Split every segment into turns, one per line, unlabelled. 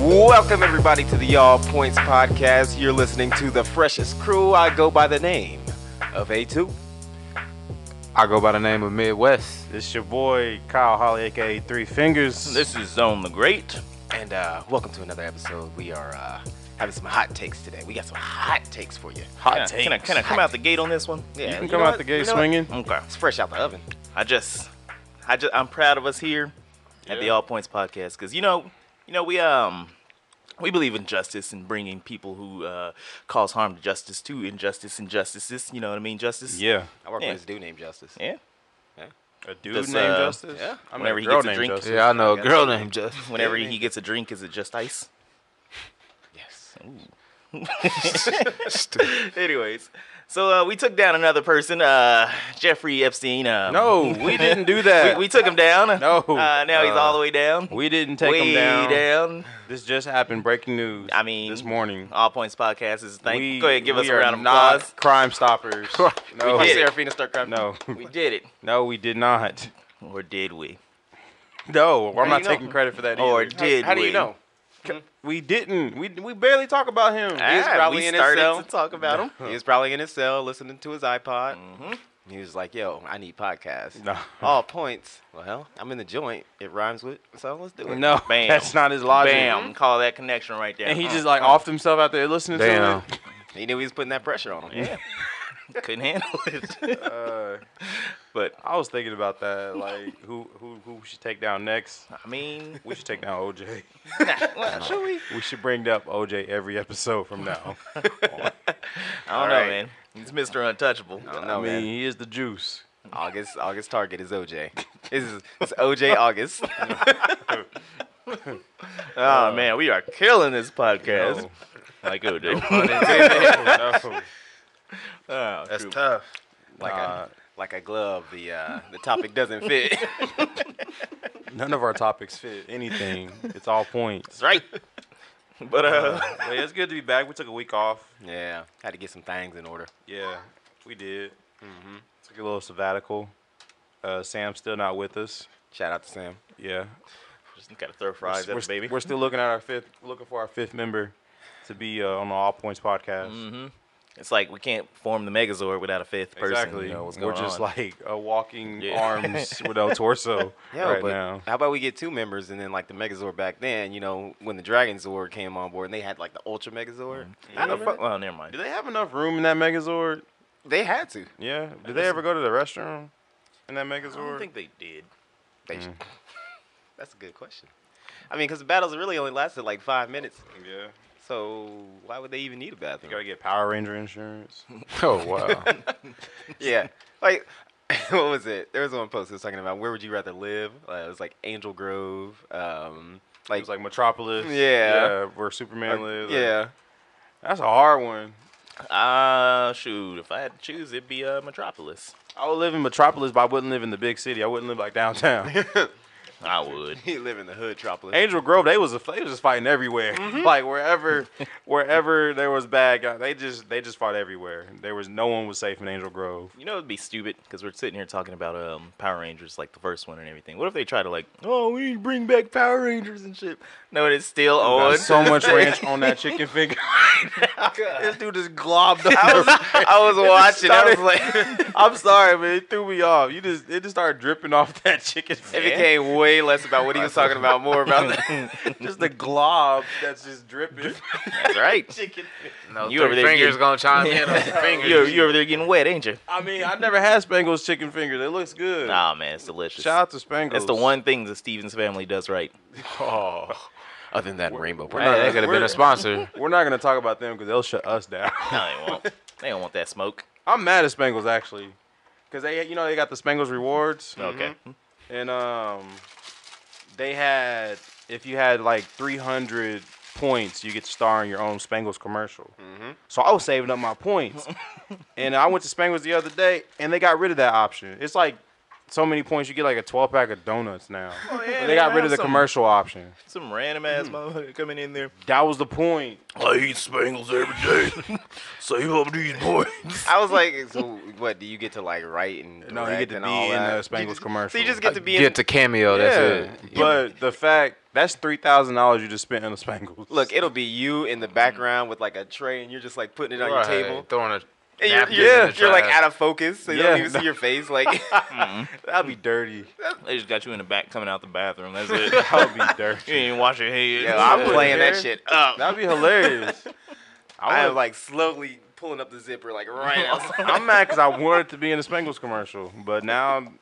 Welcome, everybody, to the Y'all Points Podcast. You're listening to the freshest crew. I go by the name of A2.
I go by the name of Midwest.
It's your boy Kyle Holly, aka Three Fingers.
This is Zone the Great.
And uh, welcome to another episode. We are uh, having some hot takes today. We got some hot takes for you.
Hot can I, Can I, can I come out the gate on this one?
Yeah,
you can
you
come
know
out
what?
the gate
You know what?
swinging.
Okay.
It's fresh out the oven.
I just, I just, I'm proud of us here at the All Points Podcast because you know, you know, we um, we believe in justice and bringing people who uh, cause harm to justice to injustice and justices. You know what I mean? Justice.
Yeah.
I work
Yeah.
with this dude named Justice.
Yeah.
A dude
This,
named
uh,
Justice.
yeah.
I mean,
Whenever
a
he
girl
gets a
named
drink.
Justice.
Yeah, I know a
guess.
girl named Justice.
Whenever he gets a drink, is it just ice?
Yes.
Anyways, so uh, we took down another person, uh, Jeffrey Epstein. Um,
No, we didn't do
We,
that.
we took him down.
No.
Uh, now he's
Uh,
all the way down.
We didn't take
way
him down.
down.
This just happened. Breaking news.
I mean,
this morning.
All Points Podcast is thank.
We-
Go ahead, give us
we
a
are
round of
not
applause.
Crime Stoppers. no,
My
did it.
Seraphina start crying.
Oh, no,
We did it,
no, we did not.
or did we?
No, I'm
How
not
do you know?
taking credit for that.
Or
either.
How,
did
how do you
we?
know?
we didn't. We we barely talk about him.
He's
Ah,
probably
we
in his
started
cell.
to talk about him.
He was probably in his cell listening to his iPod. He was like, "Yo, I need podcasts.
Mm-hmm. No.
All points. Well, hell, I'm in the joint. It rhymes with, so let's do it.
No,
Bam.
that's not his logic.
Bam! Call that connection right there.
And he
Mm.
just like offed himself out there listening
Damn.
to it.
He knew he was putting that pressure on him.
yeah, couldn't handle it.
Uh,
but
I was thinking about that. Like, who who who we should take down next?
I mean,
We should take down OJ.
well, should we?
We should bring up OJ every episode from now.
I don't know,
Alright.
man. He's Mr. Untouchable.
I don't
I
know,
mean,
man.
he is the juice.
August, August target is OJ. This is it's OJ August.
Oh man, we are killing this podcast.
No.
Like who, dude?
No.
Oh, shoot.
tough. Like
Uh,
a like a glove, the uh, the topic doesn't fit.
none of our topics fit anything. It's all points.
That's right. But uh,
But it's good to be back. We took a week off.
yeah, had to get some things in order.
Yeah, we did. Took a little sabbatical. Uh, Sam's still not with us.
Shout out to Sam.
Yeah,
just gotta throw fries
we're,
at the baby.
we're still looking at our fifth, looking for our fifth member to be uh, on the All Points podcast.
It's like we can't form the Megazord without a fifth person.
Exactly.
You know what's
We're
going
just
on.
like a walking
Yeah.
arms with no torso
Yeah,
right
but
now.
how about we get two members and then like the Megazord back then? You know, when the Dragon Zord came on board and they had like the Ultra Megazord.
How the
Yeah.
fuck- Well, never
Do
mind.
they have enough room in that Megazord?
They had to.
Yeah. Did they ever go to the restroom in that Megazord?
I don't think they did.
They sh- That's a good question. I mean, because the battles really only lasted like five minutes,
Yeah.
so why would they even need a bathroom?
You gotta get Power Ranger insurance.
Oh wow.
yeah. Like, what was it? There was one post that was talking about where would you rather live? Uh, it was like Angel Grove. Um,
Like,
like,
it's like Metropolis.
Yeah.
Yeah, where Superman
like,
lives.
yeah.
That's a hard one.
Uh, shoot. If I had to choose, it'd be uh, Metropolis.
I would live in Metropolis, but I wouldn't live in the big city. I wouldn't live like downtown.
I would.
you live in the hood, Tropolis.
Angel Grove, they was they was just fighting everywhere. Like wherever, wherever there was bad guys, they just they just fought everywhere. There was no one was safe in Angel Grove.
You know, it'd be stupid because we're sitting here talking about um Power Rangers, like the first one and everything. What if they try to like, oh, we need to bring back Power Rangers and shit? No, it's still on.
There's so much ranch on that chicken finger.
God.
this dude just globbed up.
I was, I was watching. I was like,
I'm sorry, man. It threw me off. You just it just started dripping off that chicken
it
finger.
became way less about what he was talking about, more about the
just the glob that's just dripping.
That's right.
chicken. finger.
No,
You
three
over there
fingers
getting-
gonna chime in on the
You're,
fingers.
you're over there getting wet, ain't you?
I mean, I never had Spangles chicken fingers. It looks good.
Nah, man, it's delicious.
Shout out to Spangles.
That's the one thing the Stevens family does right.
Oh.
other than that rainbow.
we're
Hey,
not-
that could have been
We're-
a sponsor.
We're not gonna talk about them because they'll shut us down.
No, they won't. They don't want that smoke.
I'm mad at Spangles actually, because they you know they got the Spangles rewards
Okay.
and um they had if you had like 300 points you get to star in your own Spangles commercial.
Mm-hmm.
So I was saving up uh, my points, and I went to Spangles the other day and they got rid of that option. It's like so many points, you get like a 12 pack of donuts now.
Oh, yeah,
they got rid
have
of the
some-
commercial option.
Some random ass motherfucker coming in there.
That was the point.
I eat spangles every day. Save up these points.
I was like, so what? Do you get to like write and direct
No, you get to
and
be
all
in
that?
the Spangles
You just- So
commercial.
you just get to be in.
Get to cameo. Oh, That's it.
But the fact that's three thousand dollars you just spent on the Spangles.
Look, it'll be you in the
Mm-hmm.
background with like a tray, and you're just like putting it on
Right,
your table.
Throwing a
And you're,
napkin
you're,
in the
you're like
trash.
out of focus, so you
Yeah,
don't even
no.
see your face. Like,
that'd be dirty.
They just got you in the back coming out the bathroom. That's it.
That'd be dirty.
you ain't wash your head.
yo, I'm
wouldn't
playing that
care.
shit up.
That'd be hilarious.
I
I
am
would, like.
like slowly pulling up the zipper, like right outside.
I'm mad because I wanted to be in the Spangles commercial, but now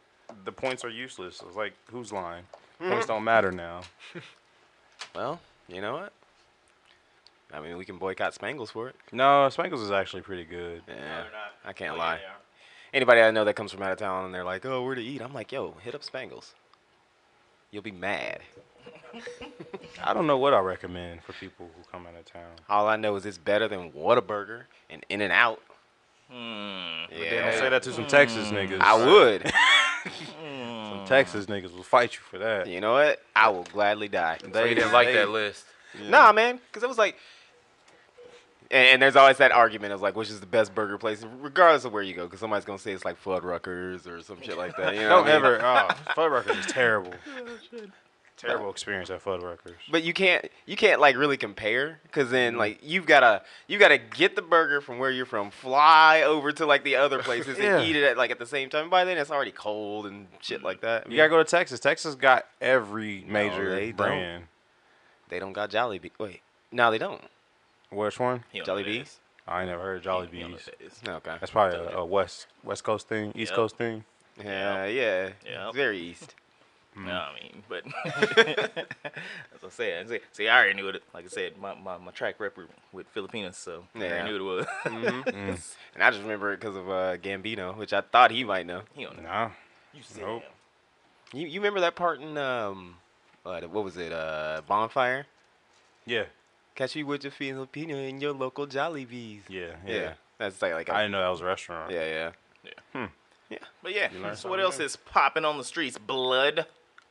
the points are useless. It's like who's lying? Points don't matter now.
well, you know what? I mean, we can boycott Spangles for it.
No, Spangles is actually pretty good.
Yeah, I
Oh,
can't lie. Anybody I know that comes from out of town and they're like, "Oh, where to eat?" I'm like, "Yo, hit up Spangles. You'll be mad."
I don't know what I recommend for people who come out of town.
All I know is it's better than Whataburger and In and Out.
Hmm, They
Yeah,
don't say that to some Texas niggas.
I would.
Some Texas niggas will fight you for that.
you know what? I will gladly die.
So you didn't like that list.
Nah, man, because it was like, and, and there's always that argument of like, which is the best burger place, regardless of where you go, because somebody's gonna say it's like Fuddruckers or some shit like that. You know,
Don't
what I mean?
ever. Oh, Fuddruckers is terrible. Terrible experience at Fuddruckers.
But you can't, you can't like really compare, because then
Mm-hmm.
like you've gotta, you gotta get the burger from where you're from, fly over to like the other places
Yeah.
and eat it at like at the same time. By then it's already cold and shit like that.
You gotta go to Texas. Texas got every major
they don't.
brand.
They don't got Jollibee. Wait, no, they don't.
Which one?
Jelly beans?
I ain't never heard of Jolly Bees.
Okay.
That's probably a, a west west coast thing, east
Yep.
coast thing.
Yeah, yeah.
Yep.
Very east.
Mm.
No, I mean, but as I said, I said- see, I already knew it. Like I said, my, my, my track record with Filipinos, so I
Yeah.
already knew what it was.
Mm-hmm. Mm.
And I just remember it because of uh, Gambino, which I thought he might know.
he don't know.
Nah.
You said
Nope.
him.
You, you remember that part in um, uh, what was it? Uh, Bonfire.
Yeah.
Catch you with your Filipino in your local Jollibees.
Yeah. Yeah.
yeah. That's like like a,
I didn't know that was a restaurant.
yeah yeah.
But yeah,
You learn
so what
something
else
new.
is popping on the streets? Blood.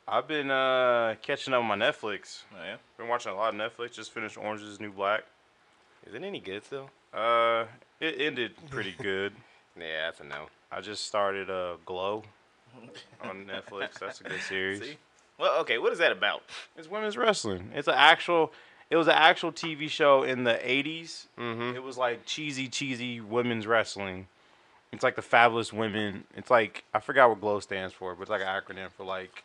I've been uh catching up on my Netflix.
Oh, yeah.
Been watching a lot of Netflix. Just finished Orange is the New Black.
Is it any good still?
Uh, it ended pretty good.
Yeah, that's a no.
I just started uh Glow on Netflix. That's a good series.
See? Well, okay, what is that about?
It's women's wrestling. It's an actual. It was an actual TV show in the '80s.
Mm-hmm.
Mhm.
It was like cheesy, cheesy women's wrestling. It's like the fabulous women. It's like I forgot what GLOW stands for, but it's like an acronym for like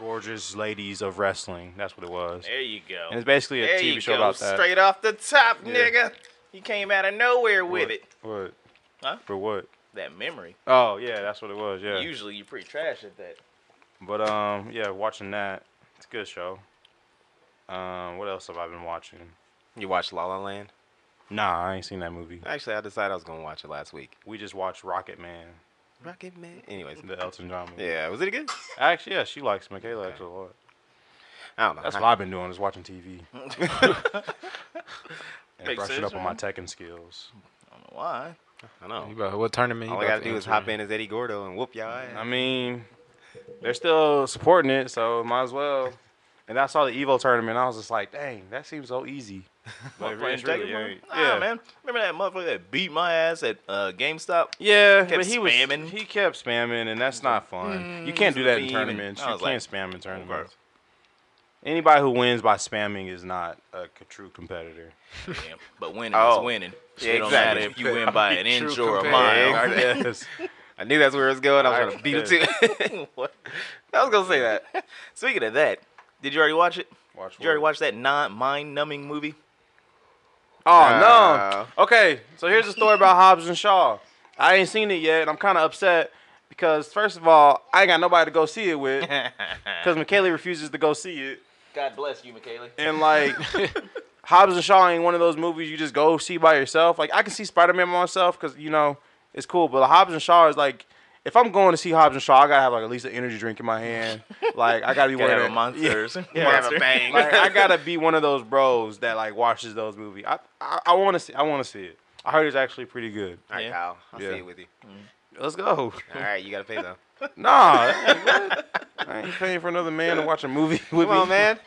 gorgeous ladies of wrestling. That's what it was.
There you go.
And it's basically a
there
TV
you
show
go.
about that.
Straight off the top,
Yeah.
nigga. You came out of nowhere with
What?
it.
What?
Huh?
For what?
That memory.
Oh yeah, that's what it was. Yeah.
Usually you're pretty trash at that.
But um, yeah, watching that. It's a good show. Um, what else have I been watching?
You watched La La Land?
Nah, I ain't seen that movie.
Actually, I decided I was gonna watch it last week.
We just watched Rocket Man,
Rocket Man. Anyways,
the Elton John movie.
yeah. Was it good?
Actually, yeah, she likes Michaela actually a lot.
I don't know.
That's
I-
what I've been doing is watching TV and
Makes
brushing
sense,
up on my
right?
Tekken skills.
I don't know why.
I don't
You
know.
about, what tournament? you
All I
about
gotta
to
do is
enter
hop in as Eddie Gordo and whoop y'all ass.
I mean, they're still supporting it, so might as well. And I saw the Evo tournament. I was just like, dang, that seems so easy. But it's really
Dragon Ball?
ain't.
Nah, man. Remember that motherfucker that beat my ass at uh, GameStop?
Yeah,
Kept
but he was
spamming.
he kept spamming, and that's not fun. you
Mm,
can't do
it's
that in
beaming.
tournaments. You
I
can't
was like,
spam in tournaments. Anybody who wins by spamming is not a c- true competitor.
Yeah, but winning
Oh.
is winning.
Yeah,
it don't matter
exactly.
if you win by an inch
True
or a
compare.
mile.
Yeah,
Yes.
I knew that's where it was going. I was trying to beat it too.
What?
I was gonna say that.
Speaking of that, did you already watch it?
Watch
Did you already
what?
watch that non mind numbing movie?
Oh no. Okay, so here's a story about Hobbs and Shaw. I ain't seen it yet, and I'm kind of upset because first of all, I ain't got nobody to go see it with because McKaylee refuses to go see it,
God bless you, McKaylee.
and like. Hobbs and Shaw ain't one of those movies you just go see by yourself. Like I can see Spider Man by myself because you know it's cool. But Hobbs and Shaw is like, if I'm going to see Hobbs and Shaw, I gotta have like at least an energy drink in my hand. Like I gotta be
You gotta
wearing
have a monster.
Yeah,
or some-
yeah.
monster.
bang.
like I gotta be one of those bros that like watches those movies. I I, I want to see I want to see it. I heard it's actually pretty good.
All right,
Yeah.
Kyle. I'll
Yeah.
see you with you.
Let's go.
All right, you gotta pay though.
Nah, that- what? I ain't paying for another man to watch a movie
Come
with
on,
me.
man.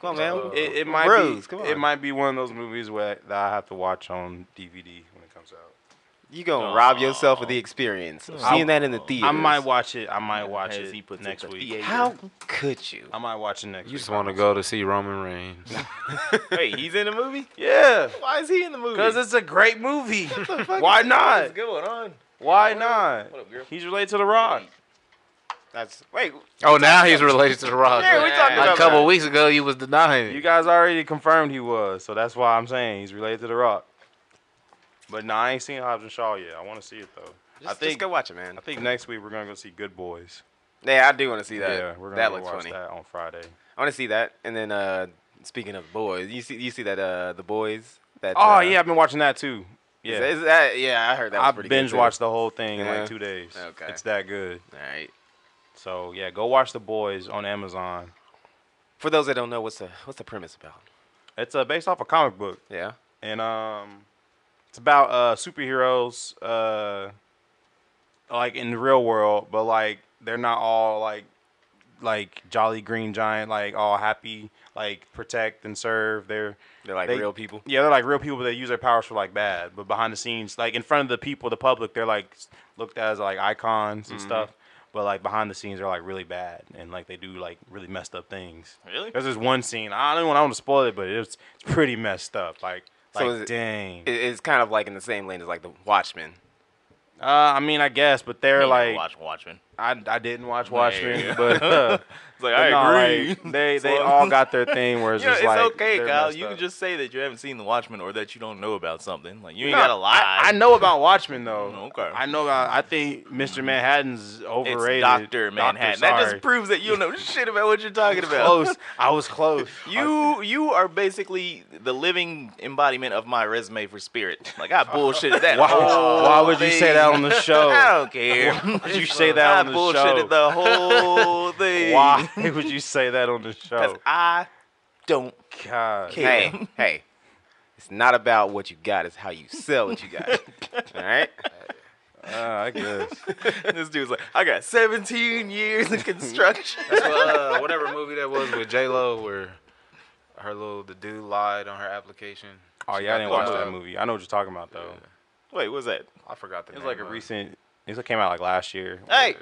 Come on, man.
Uh,
It, it might
Bros,
be.
come
It
on.
might be one of those movies where that I have to watch on DVD when it comes out.
you gonna rob yourself of the experience of
Aw.
seeing that in the theater.
I might watch it. I might watch
As
it
he puts it,
next
the
week.
theater.
How could you?
I might watch it next.
You just
week.
want to go to see Roman Reigns.
Wait, he's in the movie?
Yeah,
Why is he in the movie?
because it's a great movie. Why not?
What's going on?
Why not?
What up, girl?
He's related to The Rock.
That's wait.
oh, now he's related to The Rock.
Yeah, we talking
Like
about
a couple
that.
weeks ago, you was denying
You
it.
guys already confirmed he was, so that's why I'm saying he's related to The Rock. But nah, I ain't seen Hobbs and Shaw yet. I want to see it though.
Just,
I
just
think
go watch it, man.
I think next week we're gonna go see Good Boys.
Yeah, I do want to see that.
yeah, we're gonna
that
go
looks
watch
funny.
that on Friday.
I want to see that. And then uh, speaking of boys, you see you see that uh, the boys that.
Oh
uh,
yeah, I've been watching that too. Yeah,
Is that, is that, yeah, I heard that was
I
pretty
binge
good. too.
watched the whole thing in
Yeah.
like two days.
Okay.
It's that good.
All right.
So yeah, go watch The Boys on Amazon.
For those that don't know, what's the what's the premise about?
It's uh, based off a comic book,
Yeah.
and um, it's about uh, superheroes, uh, like in the real world, but like they're not all like like Jolly Green Giant, like all happy, like protect and serve. They're
They're like
They-
real people.
Yeah, they're like real people that use their powers for like bad, but behind the scenes, like in front of the people, the public, they're like s- looked at as like icons and stuff. But like behind the scenes, they're like really bad and like they do like really messed up things.
Really?
There's this one scene. I don't even want to spoil it, but it's it's pretty messed up. Like,
So
like
is it-
dang.
It, it's kind of like in the same lane as like the Watchmen.
uh, I mean, I guess, but they're like,
watch Watchmen.
I, I didn't watch
you
Watchmen,
go.
but uh,
It's like,
but no,
I agree.
like, they they
So-
all got their thing. Where it's
Yeah,
just
it's
like
okay,
they're
Kyle.
messed
You
up.
can just say that you haven't seen The Watchmen or that you don't know about something. Like you ain't
No,
gotta lie.
I, I know about Watchmen though.
Okay.
I know about. I think Mr. Manhattan's
it's
overrated.
Doctor Manhattan. that
sorry.
just proves that you don't know shit about what you're talking about.
close. I was close.
You you are basically the living embodiment of my resume for spirit. Like I bullshitted that.
Why,
whole
why would you say
thing.
that on the
I
show?
don't care. Why
would you say that on
I
the
bullshitted
show?
the whole thing.
Why would you say that on the show?
'Cause I don't.
God.
Kid. Yeah.
Hey, hey. It's not about what you got, it's how you sell what you got. All right?
Uh, I guess.
This dude's like, I got 17 years in construction.
uh, whatever movie that was with J Lo, where her little the dude lied on her application.
Oh
She
yeah, I
got
didn't watch
the
that
job.
movie. I know what you're talking about though.
Yeah.
Wait, what was that?
I forgot the
It was
name.
like a
of it.
recent. It came out like last year.
Hey,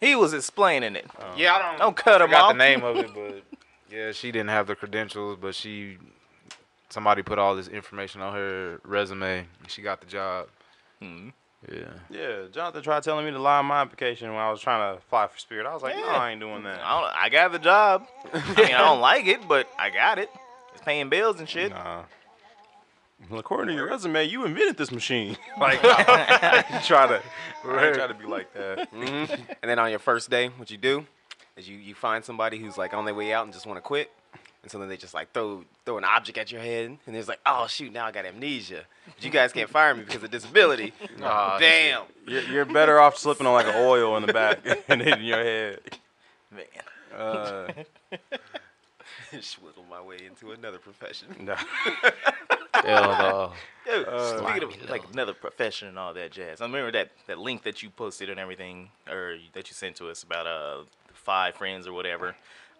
he was explaining it.
Yeah, I don't.
Don't cut him
forgot
off.
the name of it, but yeah, she didn't have the credentials, but she somebody put all this information on her resume, and she got the job.
Hmm.
Yeah.
Yeah, Jonathan tried telling me to lie on my application when I was trying to apply for Spirit. I was like, no,
Yeah.
I ain't doing that.
I, don't, I got the job. I mean, I don't like it, but I got it. It's paying bills and shit.
Nah. Well, according to your resume, you invented this machine. like, I try to, I try to be like that.
Mm-hmm. And then on your first day, what you do is you, you find somebody who's like on their way out and just want to quit. And so then they just like throw throw an object at your head, and it's like, oh shoot, now I got amnesia. But you guys can't fire me because of disability.
Aw,
Damn.
You're, you're better off slipping on like an oil in the back and hitting your head.
Man.
Uh,
Swiggle my way into another profession.
no.
Hell
Yo,
Uh,
speaking
Slimy
of
little.
like another profession and all that jazz, I remember that, that link that you posted and everything, or that you sent to us about uh five friends or whatever.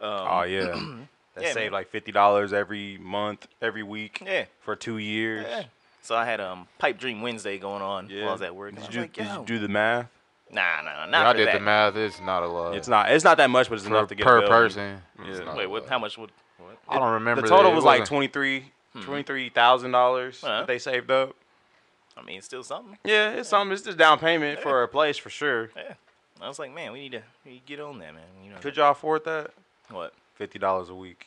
Um,
Oh yeah, that
Yeah, man.
saved like fifty dollars every month, every week
Yeah.
for two years.
yeah. So I had um pipe dream Wednesday going on
Yeah.
while I was at work. and
Did
I was
you,
like,
did
yo,
you do the math?
nah, nah, nah,
no. I
not for
did
that.
the math. It's not a lot.
It's not. It's not that much, but it's
per,
enough to get a
per
bill.
person.
Yeah.
not
Wait,
a
what?
lot.
How much would? What?
I don't remember.
The
that.
total
It
was like
wasn't-
twenty three. Twenty-three thousand dollars
Uh-huh.
that they saved up.
I mean, it's still something.
Yeah, it's something. It's just down payment for a place for sure.
Yeah. I was like, man, we need to we need to get on that, man. You know
Could y'all afford that?
what?
Fifty dollars a week.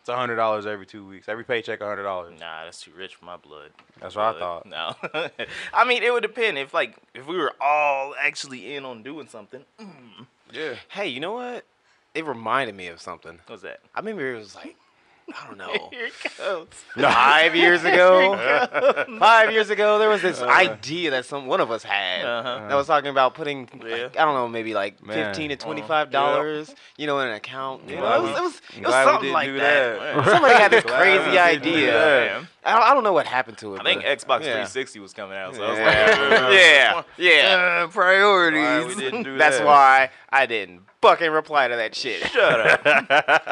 It's a hundred dollars every two weeks. Every paycheck, a hundred dollars.
Nah, that's too rich for my blood.
That's what I
Blood.
thought.
Uh, No, I mean it would depend if like if we were all actually in on doing something. mm,
Yeah.
Hey, you know what? It reminded me of something.
What's that?
I remember it was like I don't know.
Here it goes.
Five years ago, five years ago, there was this idea that some one of us had
Uh-huh.
that was talking about putting, like,
Yeah. Uh-huh.
I don't know, maybe like
Man.
fifteen to twenty-five dollars, you know, in an account. You
Glad
know,
we-
it was, it was, it was
glad we
something
didn't
like
do
that.
that.
Somebody had this
Glad we
crazy
didn't do
idea.
that.
Yeah.
I don't, I don't know what happened to it.
I think
but-
Xbox
yeah.
360 was coming out, so I was
Yeah.
like,
yeah, yeah. priorities.
Why we didn't do
That's
that.
why I didn't fucking reply to that shit.
Shut up.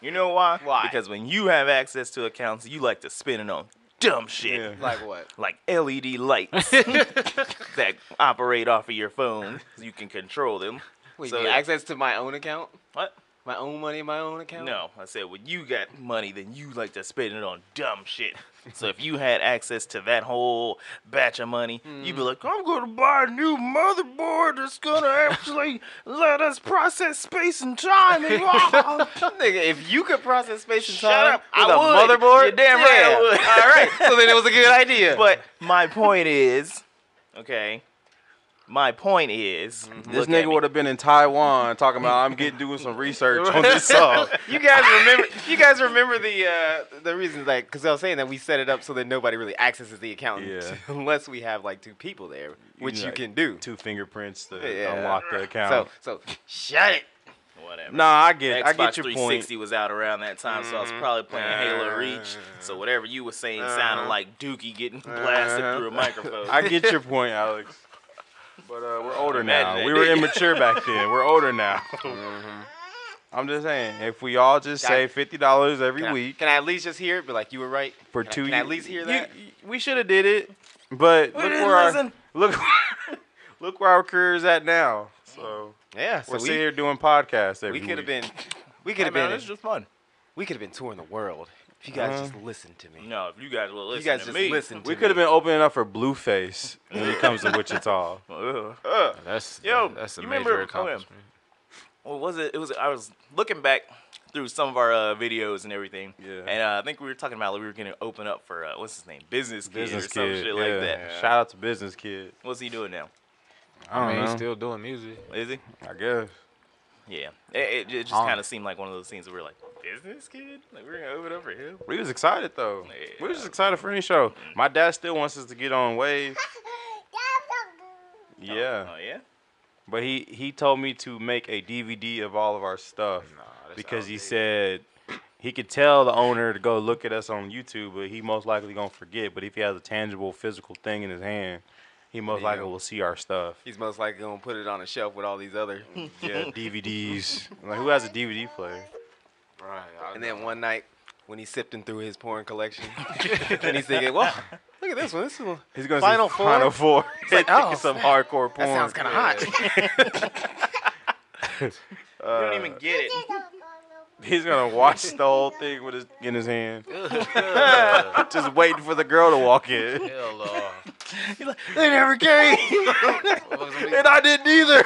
you know why?
Why?
Because when you have access to accounts, you like to spend it on dumb shit.
Yeah.
Like what?
Like LED lights that operate off of your phone. You can control them.
Wait,
So-
you mean access to my own account,
What?
my own money, my own account.
No, I said when you got money, then you like to spend it on dumb shit. so if you had access to that whole batch of money, you'd
Hmm.
be like, I'm gonna buy a new motherboard that's gonna actually let us process space and time. And
Nigga, if you could process space and
Shut
time
up,
with
I
a
would.
motherboard,
You're damn right I would.
All right, so then it was a good idea.
but my point is, okay, my point is,
Mm-hmm. This nigga would have been in Taiwan talking about I'm getting doing some research on this song.
you guys remember? You guys remember the uh, the reason, like, because I was saying that we set it up so that nobody really accesses the account
Yeah.
unless we have like two people there, which you
like,
can do.
Two fingerprints to uh,
Yeah.
unlock the account.
So, so shut it.
whatever.
nah, I get,
Xbox
I get your point. Mm-hmm. Uh,
360 was out around that time, so I was probably playing Halo Reach. So whatever you were saying sounded like Dookie getting blasted
Uh-huh.
through a microphone.
I get your point, Alex. But uh, we're older
Imagine
now.
that.
We were immature back then. We're older now. Mm-hmm. I'm just saying, if we all just
Got
save fifty dollars every
Can I,
week
can I at least just hear it? Be like, you were right.
for
Can I-
two
can
years,
I at least hear that.
we should have did it, but look
didn't
where our,
listen.
look look where our career is at now. So
yeah. So
we're
we,
sitting here doing podcasts every
we could have
week.
been. We could have
Man,
been.
it's just fun.
we could have been touring the world if you
Uh-huh.
guys just listened to me.
No, if you guys will listen
you guys
to
just
me.
listened to
We
me.
could have been opening up for Blueface when it comes to Wichita.
Ugh.
That's
Yo,
that's a
you
major
remember- oh, yeah.
accomplishment.
What was it? It was I was looking back through some of our uh, videos and everything.
Yeah.
And uh, I think we were talking about like, we were going to open up for uh, what's his name, Business Kid
Business
or some
kid,
shit
yeah.
like that.
Shout out to Business Kid.
What's he doing now?
I don't
I mean, he's
know.
still doing music.
Is he?
I guess.
Yeah. It, it, it just
Um,
Oh.
kind of seemed like one of those things where we're like, Business Kid? Like we're gonna open up for him?
We was excited though. We was
Yeah.
excited for any show. My dad still wants us to get on Wave.
Oh,
Yeah,
Oh yeah.
but he he told me to make a DVD of all of our stuff because he said he could tell the owner to go look at us on YouTube, but he most likely gonna forget. But if he has a tangible physical thing in his hand, he most
Yeah.
likely will see our stuff.
He's most likely gonna put it on a shelf with all these other.
Yeah, DVDs. Like who has a DVD player?
And then one night, when he's sifting through his porn collection, and he's thinking, "Well, look at this one. This one
He's gonna
Final
see
Four?
Final Four.
like, oh,
some hardcore
that
porn.
sounds kind of hot."
you don't even get it.
Uh, He's gonna watch the whole thing with his in his hand, just waiting for the girl to walk in.
Hell off.
they never came.
And I didn't either.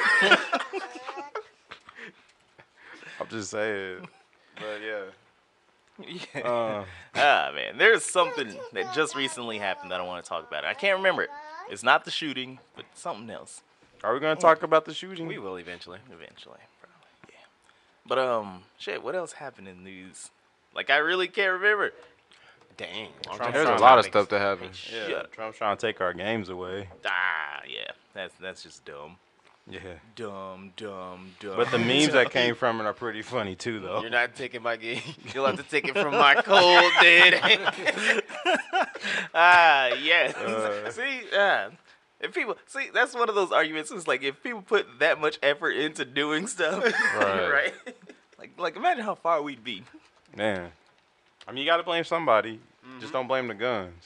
I'm just saying. But yeah.
Yeah.
Uh,
ah man, there's something that just recently happened that I want to talk about. I can't remember it. It's not the shooting, but something else.
are we gonna talk about the shooting?
We will eventually.
Eventually, probably. Yeah. But um, shit, what else happened in news? Like I really can't remember.
Dang.
Trump
There's a
Trump
lot of
topics.
stuff that happened.
Yeah.
Shut up.
Trump's trying to take our games away.
Ah, yeah. That's that's just dumb.
Yeah.
Dumb, dumb, dumb.
But the memes that came from it are pretty funny too, though.
Oh.
You're not taking my game. You'll have to take it from my cold dead hand.
ah, yes.
Uh.
see, ah. If people see, that's one of those arguments. It's like if people put that much effort into doing stuff, right?
Right.
Like, like imagine how far we'd be.
Man. I mean, you gotta blame somebody. Just don't blame the guns.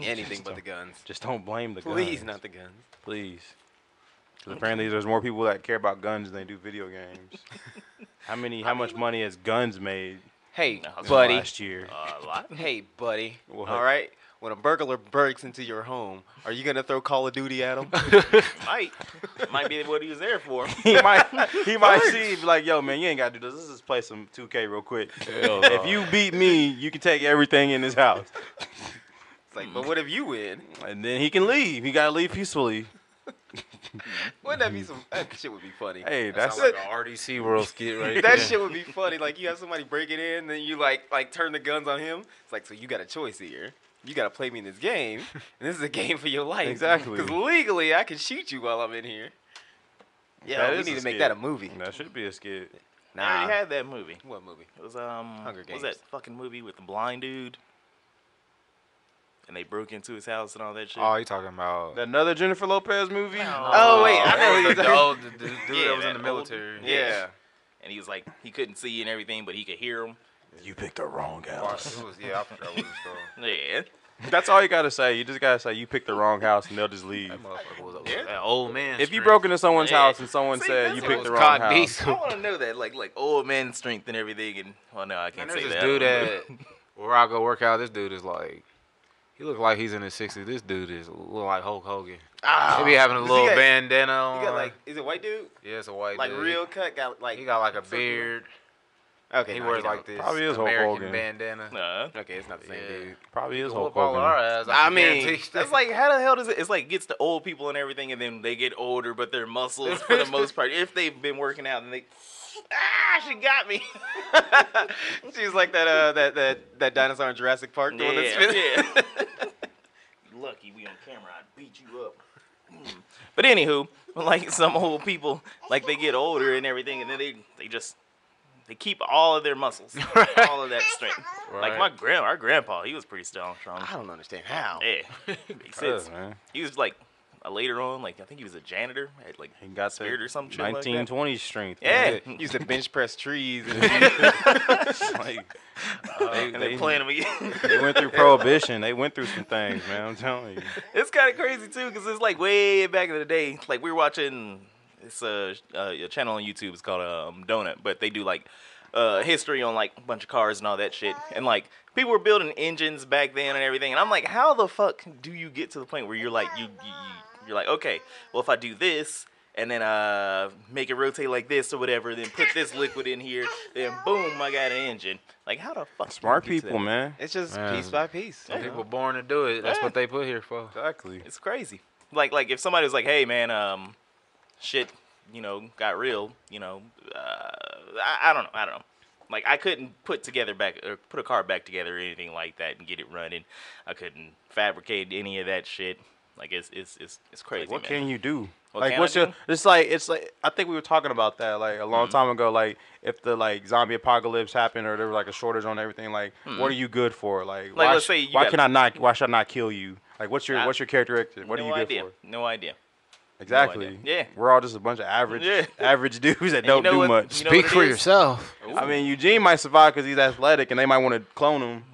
Anything but the guns.
Just don't blame the guns.
Please, not the guns.
Please. 'Cause apparently, there's more people that care about guns than they do video games. how many? How much money has guns made
Hey,
No,
buddy.
last year?
Uh, a lot.
Hey, buddy.
What?
All right. When a burglar breaks into your home, are you gonna throw Call of Duty at him?
Might might be what he was there for.
he might, he might see, be like, "Yo, man, you ain't gotta do this. Let's just play some 2K real quick. if you beat me, you can take everything in this house,
It's like, but what if you win?
and then he can leave. He gotta leave peacefully."
Wouldn't that be some? That shit would be funny.
Hey,
That's
that's
like an RDC world skit right
that
there.
shit would be funny. Like you have somebody break it in, then you like like turn the guns on him. It's like so you got a choice here. You got to play me in this game, and this is a game for your life.
Exactly.
Because legally, I can shoot you while I'm in here. Yeah,
That
we
is
need
a
to make
skit.
that a movie.
That should be a skit.
They already
Nah,
had that movie.
what movie?
It was um
Hunger
what was
Games.
that fucking movie with the blind dude? And they broke into his house and all that shit.
Oh, you talking about?
Another Jennifer Lopez movie?
Oh, wait, I know
the,
what you're
the
talking-
old dude that was
that
in the
old-
military.
Yeah.
And he was like he couldn't see and everything, but he could hear him.
You picked the wrong
Wow, it was- yeah, I forgot what it was called.
Yeah.
That's all you gotta say. You just gotta say you picked the wrong house and they'll just leave.
That motherfucker was a-
Yeah.
that old
If
man.
you
strength.
broke into someone's
Yeah.
house and someone
See,
said
that's
you
what
picked
was
the
It was
wrong
called
house,
I
Diesel.
want to know that, like, like old man strength and everything, and well, no, I can't
And
say
there's this
that.
dude at where I go work out. This dude is like, he look like he's in his 60s. This dude is look like Hulk Hogan. he be having
Ah.
a
Does he
little
got-
bandana
You
on.
got like, is it white dude?
yeah, it's a white
Like
dude.
real cut? Got like
He got like a
something-
beard.
Okay,
he
nah,
wears
don't.
like this
Probably is Hulk
American
Hogan.
bandana.
Nah.
Okay, it's not the same
Yeah.
dude.
probably is Hulk
Whoop all
Hogan.
our ass.
I
can
mean,
guarantee
That's like how the hell does it? It's like gets to old people and everything, and then they get older, but their muscles, for the most part, if they've been working out, and they ah, she got me.
She's like that uh that that that dinosaur in Jurassic Park. The one that's spinning.
yeah. Lucky we on camera, I'd beat you up. Mm. But anywho, like some old people, like they get older and everything, and then they they just they keep all of their muscles, all of that strength. Like
Right.
my grand, our grandpa, he was pretty strong, strong.
I don't understand how.
Yeah, makes sense.
Yes, man.
He was like uh, later on, like I think he was a janitor at like
He got
Spirit or some shit like that.
1920s strength.
yeah.
He used to bench press trees. And
man. Like, they,
and Uh, they
they-
playing him again.
they went through prohibition. They went through some things, man. I'm telling you.
it's kind of crazy too, because it's like way back in the day. Like we were watching it's a, uh, a channel on YouTube. It's called um, Donut, but they do like uh, history on like a bunch of cars and all that shit. And like people were building engines back then and everything. And I'm like, how the fuck do you get to the point where you're like you, you you- you're like okay, well if I do this. And then uh, make it rotate like this or whatever. Then put this liquid in here. Then boom, I got an engine. Like how the fuck? do you
Smart
get to that
people,
point?
man.
it's just
Man.
piece by piece.
some people born to do it. That's what they put here for.
Exactly.
It's crazy. Like like if somebody was like, "Hey man, um, shit, you know, got real," you know, uh, I, I don't know, I don't know. Like I couldn't put together back or put a car back together or anything like that and get it running. I couldn't fabricate any of that shit. Like it's it's it's it's crazy.
What
man.
can you do?
What
like
can
what's
I
your?
do? Mm-hmm.
It's like it's like I think we were talking about that like a long time ago. Like if the like zombie apocalypse happened or there was like a shortage on everything, like what are you good for? Like, why
Mm-hmm. let's
sh-
say you
why
got-
can I not? Why should I not kill you? Like what's your
I-
what's your characteristic? What
no
are you good
idea.
for?
No idea.
Exactly.
Yeah.
We're all just a bunch of average
Yeah.
average dudes that don't
you know
do
what-
much.
You know what
Speak
it
for
is?
yourself.
I mean, Eugene might survive because he's athletic, and they might want to clone him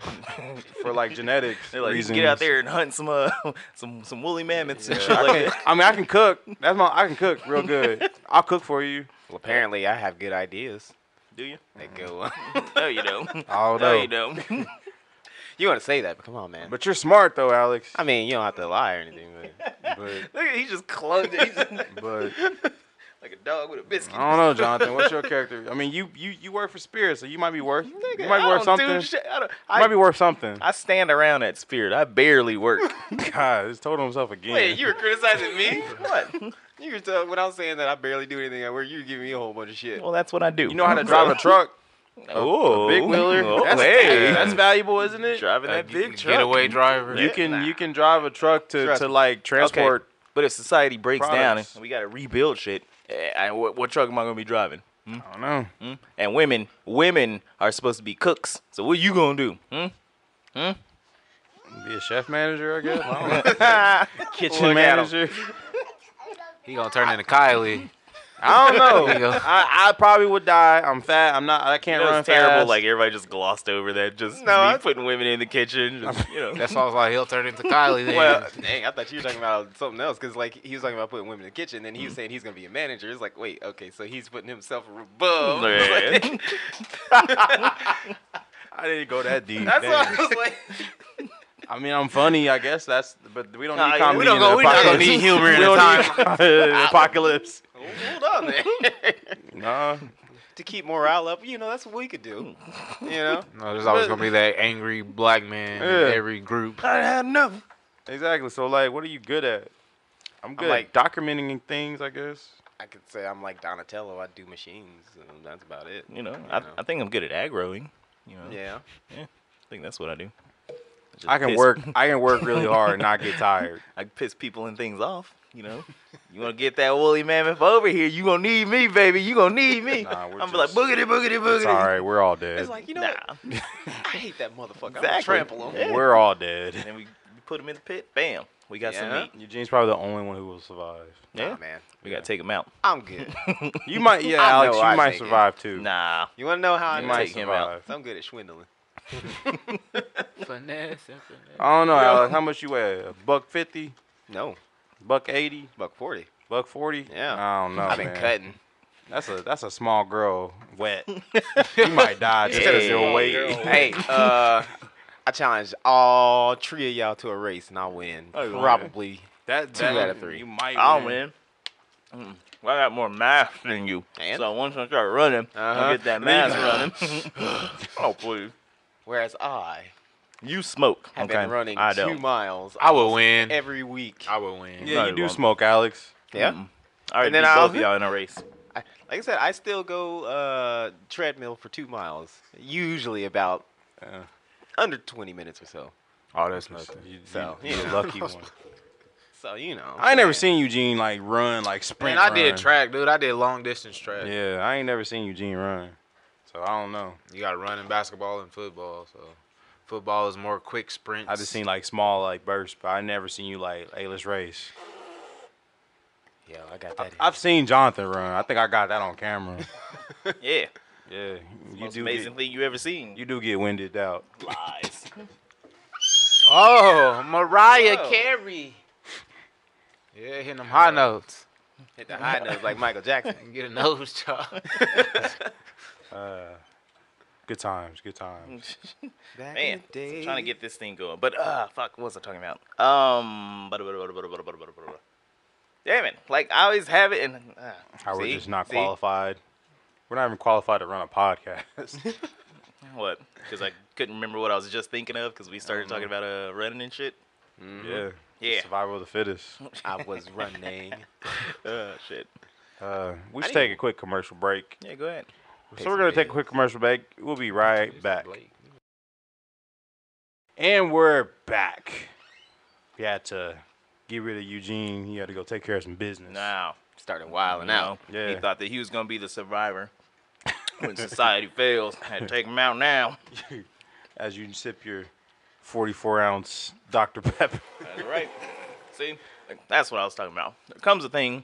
for like genetics
They're like, "You
reasons.
can get out there and hunt some uh some some woolly mammoths and shit
I,
like
can,
that.
I mean, I can cook. That's my. I can cook real good. I'll cook for you.
Well, apparently I have good ideas
Do you?
that go. on.
No, you don't.
I don't
No,
know.
you don't.
you want to say that, but come on, man.
But you're smart though, Alex.
I mean, you don't have to lie or anything. But
But,
Look at he just clung. to- He's like
but
a dog with a biscuit.
I don't know, Jonathan. What's your character? I mean, you you you work for Spirit, so you might be worth you might be
I
worth
don't do
something. You
shit. I, don't- I-
might be worth something.
I stand around at Spirit. I barely work.
God, just told himself again.
wait, you were criticizing me?
what?
You were telling when I was saying that I barely do anything at work. You were giving me a whole bunch of shit.
Well, that's what I do.
You know how to drive a truck,
oh,
big wheeler.
Oh,
that's,
hey,
that's valuable, isn't it?
driving
A
that big
g-
truck.
getaway driver.
You can you can drive a truck to,
Trust
to
me.
like transport.
But if society breaks down
Products.
and we got to rebuild shit, eh, I, what, what truck am I gonna be driving? Hmm?
I don't know.
And women, women are supposed to be cooks. So what you gonna do? Hmm?
Be a chef manager, I guess. I don't know. Kitchen
Look at 'em.
manager.
He gonna turn into Kylie.
I don't know.
There you go.
I, I probably would die. I'm fat. I'm not. I can't
That
run
was terrible.
fast.
Like everybody just glossed over that. Just
No,
me
I-
putting women in the kitchen. Just, you know.
That's why I was like, he'll turn into Kylie. Then.
Well, dang, I thought you were talking about something else because, like, he was talking about putting women in the kitchen, and he was saying he's gonna be a manager. It's like, wait, okay, so he's putting himself above.
Yeah.
Like,
I didn't go that deep.
that's
Damn.
what I was like.
I mean, I'm funny, I guess. That's but we don't
Nah,
need
yeah,
comedy.
we don't
in
go-
an
we not gonna
apocalypse.
need humor in
We
a
don't need- apocalypse.
Hold on there.
Nah,
to keep morale up, you know, that's what we could do. You know,
no, there's always gonna be that angry black man
Yeah.
in every group.
I had enough.
exactly. So like, what are you good at? I'm good.
good.
like documenting things, I guess.
I could say I'm like Donatello. I do machines. And that's about it.
You know, I, I think I'm good at aggroing. You know,
yeah.
I think that's what I do. just
I can
piss-
work. I can work really hard and not get tired.
I can piss people and things off. You know, you want to get that woolly mammoth over here? You gonna need me, baby. You gonna need me.
Nah,
I'm
we're
be like
just-
boogity boogity boogity.
It's all right. We're all dead.
It's like you know.
nah.
what? I hate that motherfucker.
Exactly.
I'm trample him.
Yeah.
We're all dead.
And then we we put him in the pit. Bam. We got some
Yeah.
meat.
Eugene's probably the only one who will survive.
Yeah,
Yeah.
man.
We gotta take him out.
I'm good.
You might, yeah,
I
Alex.
know
You
I
might
make it.
survive too.
Nah.
You want to know how I
You
know?
might
Take
survive.
him out. I'm good at swindling.
Finesse and finesse.
I don't know, Alex. How much you weigh? A buck fifty,
No,
buck eighty,
buck forty.
buck forty.
Yeah.
I don't know.
I've been
man.
cutting.
That's a that's a small girl. Wet. you might die just
said a
because your
small
weight.
Hey, uh, I challenge all three of y'all to a race, and I'll win.
Oh, yeah.
Probably.
That,
Two
that-
out of three.
You might.
I'll win. Mm. Well, I got more mass than you.
And?
So once I start running,
Uh-huh.
I'll get that
And then
mass
you
running. oh, please.
Whereas I
You smoke.
have
okay?
been running
I
two
don't.
miles
I would win.
every week.
I would win.
No,
Yeah, you
you
do
won't.
smoke, Alex.
yeah.
Mm-mm. All
And
right, and
then
then
I'll-
both of y'all in a race.
I, like I said, I still go uh, treadmill for two miles, usually about
Yeah.
under 20 minutes or so.
Oh, that's nothing.
You,
So,
you,
you
are
know.
a lucky one.
So you know,
I ain't never
man.
seen Eugene like run like sprint.
And I did
run.
track, dude. I did long distance track.
Yeah, I ain't never seen Eugene run, so I don't know.
You got running basketball and football. So football is more quick sprints.
I just seen like small like bursts, but I never seen you like hey let's race.
Yo, I got
I,
that.
I've seen Jonathan run. I think I got that on camera.
Yeah.
yeah, you
Most
do
amazing
get,
thing you ever seen.
you do get winded out.
lies.
Oh, Mariah
Whoa.
Carey. Yeah, hitting them high notes.
hit the high notes like Michael Jackson.
And get a nose job.
Uh, good times, good times.
Back
Man,
in the day.
I'm trying to get this thing going. But uh fuck, what was I talking about? Um bada, bada, bada, bada, bada, bada, bada, bada. Damn it. Like I always have it and uh,
How we're
see?
just not
See?
qualified. We're not even qualified to run a podcast.
What? Because I couldn't remember what I was just thinking of because we started talking about uh running and shit.
yeah.
Yeah.
Survival of the fittest.
I was running.
Uh shit.
Uh, we
I
should
didn't-
take a quick commercial break.
Yeah, go ahead.
So we're gonna take a quick commercial break. We'll be right back. And we're back. We had to get rid of Eugene. He had to go take care of some business.
Now.
Started wilding out.
You know, He
Yeah.
thought that he was gonna be the survivor. when society fails, I had to take him out now.
As you sip your 44 ounce Dr. Pepper.
That's right. See, Like, that's what I was talking about. There comes a thing.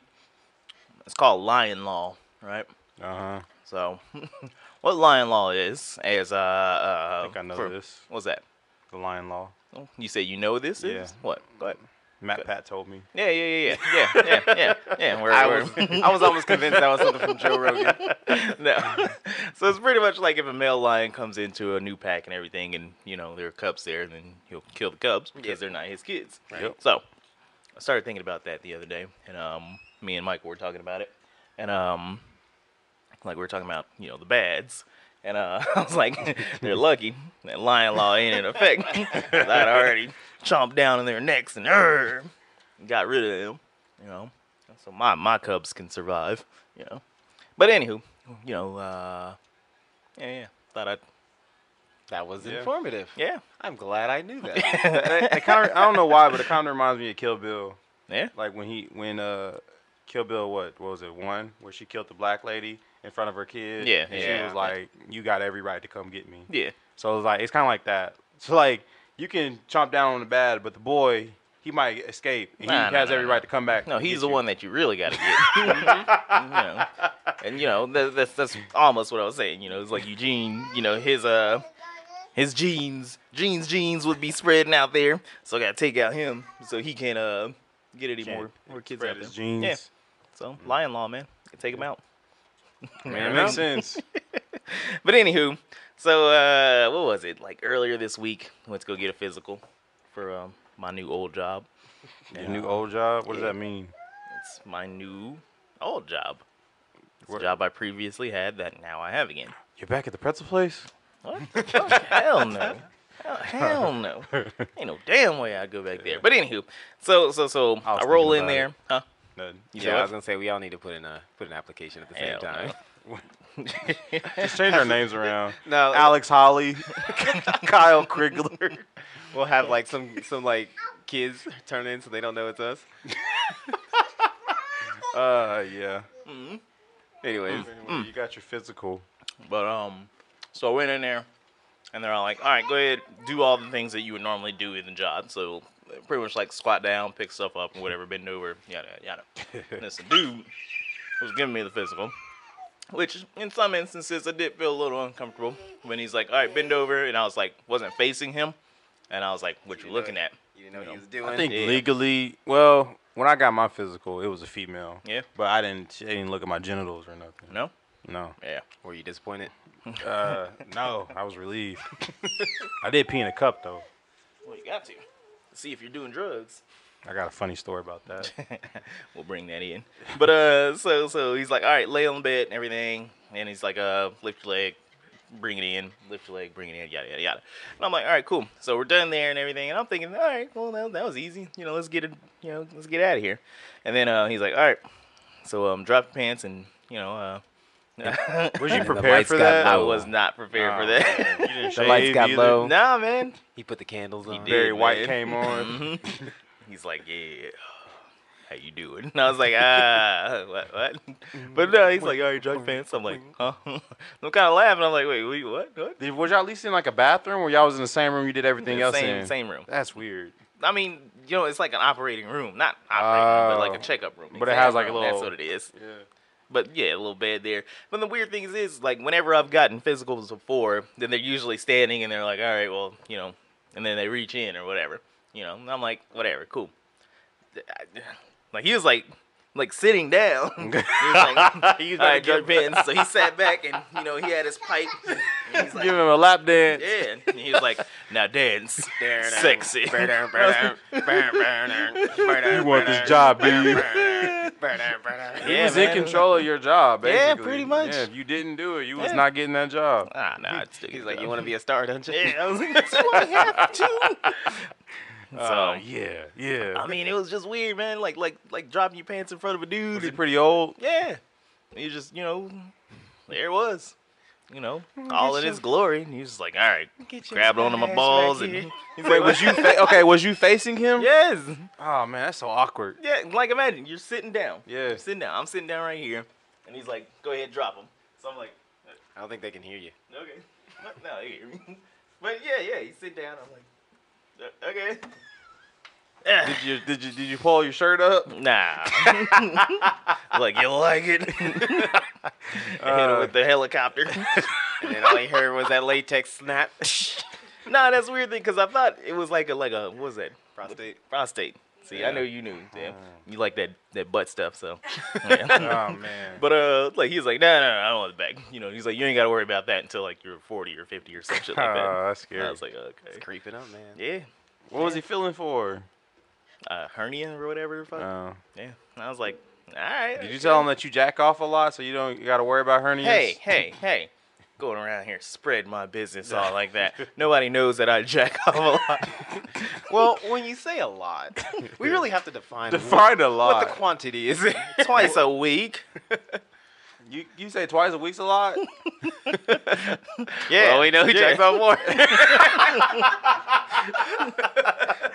It's called lion law, right?
Uh huh.
So, what lion law is is uh, uh
I think I know
for-
this.
What's that?
The Lion Law.
Oh, You say you know this is
Yeah.
what? Go ahead.
Matt Pat told me.
Yeah, yeah, yeah, yeah, yeah, yeah, yeah. yeah. Where,
I
where-
was I was almost convinced that was something from Joe Rogan.
no. so it's pretty much like if a male lion comes into a new pack and everything, and you know there are cubs there, then he'll kill the cubs because
Yeah.
they're not his kids.
Right.
Yep.
So I started thinking about that the other day, and um, me and Mike were talking about it, and um, like we were talking about you know the bads. And uh, I was like, they're lucky that lion law ain't in effect. 'cause I'd already chomped down in their necks and "Arr," got rid of them, you know. So my, my cubs can survive, you know. But anywho, you know, uh, yeah, yeah. Thought I'd,
That was
Yeah.
informative.
yeah,
I'm glad I knew that.
It kind of, I don't know why, but it kind of reminds me of Kill Bill.
yeah.
Like when he, when uh, Kill Bill, what, what was it, one, where she killed the black lady in front of her kid.
Yeah,
And she
yeah.
was like, "You got every right to come get me."
Yeah.
So it's like it's kind of like that. So like you can chomp down on the bad, but the boy he might escape. And he
Nah,
has
nah, nah,
every
nah.
right to come back.
No,
and get
he's the
you. Mm-hmm.
one that you really got to get. Mm-hmm. you know? And you know that, that's that's almost what I was saying. You know, it's like Eugene. You know his uh his genes, genes, genes would be spreading out there. So I got to take out him so he can't uh get any
Can't
more more kids
spread
out there.
his genes.
Yeah. So lion law, man, take him out.
Man, it makes sense.
But anywho, so uh, what was it like earlier this week? Went to go get a physical for um, my new old job.
Your new old job. What does
Yeah.
that mean?
It's my new old job. It's
Where-
a job I previously had that now I have again.
You're back at the pretzel place.
What? the fuck? Hell no. Hell, hell no. Ain't no damn way I'd go back there. But anywho, so so so I,
was
roll in
thinking
there.
about
Huh?
Nothing.
You
yeah,
know
I
what?
was gonna say we all need to put in a put an application at the same
Hell no.
time.
Just change our names around.
No,
Alex Holly, Kyle Krigler.
we'll have like some some like kids turn in so they don't know it's us.
Uh, yeah.
Anyways,
You got your physical.
But um, so I went in there, and they're all like, "All right, go ahead, do all the things that you would normally do in the job." So pretty much like squat down, pick stuff up, and whatever, bend over, yada yada. and this dude was giving me the physical, which in some instances I did feel a little uncomfortable when he's like, "All right, bend over," and I was like, wasn't facing him, and I was like, "What you looking at?"
you didn't know what
you
he
know,
was doing.
I think
Yeah.
legally, well, when I got my physical, it was a female.
Yeah.
But I didn't, she didn't look at my genitals or nothing.
No.
No.
Yeah.
Were you disappointed?
Uh, no, I was relieved. I did pee in a cup though.
Well, you got to see if you're doing drugs.
I got a funny story about that.
we'll bring that in. But uh, so so he's like, all right, lay on the bed and everything, and he's like, uh, lift your leg, bring it in, lift your leg, bring it in, yada yada yada. And I'm like, all right, cool. So we're done there and everything, and I'm thinking, all right, well that, that was easy. You know, let's get it, you know, let's get out of here. And then uh, he's like, all right, so um, drop your pants and you know, uh,
Was you
And the
prepared
lights
for
got
that?
I
low.
was not prepared for
Oh,
that.
You didn't
The lights
shave
got
either?
low.
nah, man.
He put the candles on.
did.
Barry White
man.
came on.
Mhm. He's like, yeah, how you doing? And I was like, ah, what, what?
Mm-hmm.
But no, he's like, oh, you drug pants? I'm like, huh? I'm kind of laughing. I'm like, wait, wait, what? What?
Did, was y'all at least in like a bathroom where y'all was in the same room you did everything else
same,
in?
same room.
That's weird.
I mean, you know, it's like an operating room, not operating, room, but like
Oh.
a checkup room.
But it has,
Exam
like, a
room, That's
little-
what it is.
Yeah.
But yeah, a little bed there. But the weird thing is, is like whenever I've gotten physicals before, then they're usually standing and they're like, all right, well, you know, and then they reach in or whatever, you know. And I'm like, whatever, cool. Like he was like, like sitting down. he was like,
He's
all
like,
right, drug pins. So he sat back and you know he had his pipe. And he's like,
Give him a lap dance.
yeah. And he was like, now dance, sexy.
You want this job, do you?
Yeah,
you was
man.
in control of your job, basically.
Yeah, pretty much.
Yeah, if you didn't do it, you was
Yeah.
not getting that job.
Ah, nah, it's
He's like, you want to be a star, don't you?
Yeah, I was like, do I have to? so
Oh,
Uh, yeah, yeah.
I mean, it was just weird, man. Like like like dropping your pants in front of a dude.
was he
and-
pretty old?
yeah, you just you know, there it was. You know, all in his glory. And he was just like, all right, grabbed onto my balls and
Wait, was you fa- okay? Was you facing him?
yes,
Oh man, that's so awkward.
yeah. Like imagine you're sitting down.
Yeah.
I'm sitting down. I'm sitting down right here, and he's like, go ahead, drop him. So I'm like,
I don't think they can hear you.
okay, What? no, you hear me? But yeah, yeah, you sit down. I'm like, "Uh, okay. Ah.
Did you did you did you pull your shirt up?
Nah. like, you like it? Hit him
Uh,
with the helicopter.
And then all he heard was that latex snap.
nah, that's a weird thing because I thought it was like a like a what was that
Prostate.
prostate. See, I
Yeah.
know you knew. Damn, you like that that butt stuff. So, Uh. yeah.
Oh man.
but uh, like he's like, nah, nah, nah, I don't want the back. You know, he's like, you ain't gotta worry about that until like you're 40 or 50 or some shit like that.
Oh, that's
And
scary.
I was like, okay,
It's creeping up, man.
yeah,
what was he feeling for?
uh, hernia or whatever. the Fuck.
Uh,
yeah, and I was like, all right.
did you
okay.
tell him that you jack off a lot, so you don't you got to worry about hernias?
hey, hey, hey, going around here spread my business all like that. Nobody knows that I jack off a lot.
Well, when you say a lot, we really have to define
define a
what,
lot.
the quantity is.
Twice a week.
you you say twice a week's a lot.
Yeah.
Well, we know he
yeah.
checks out more.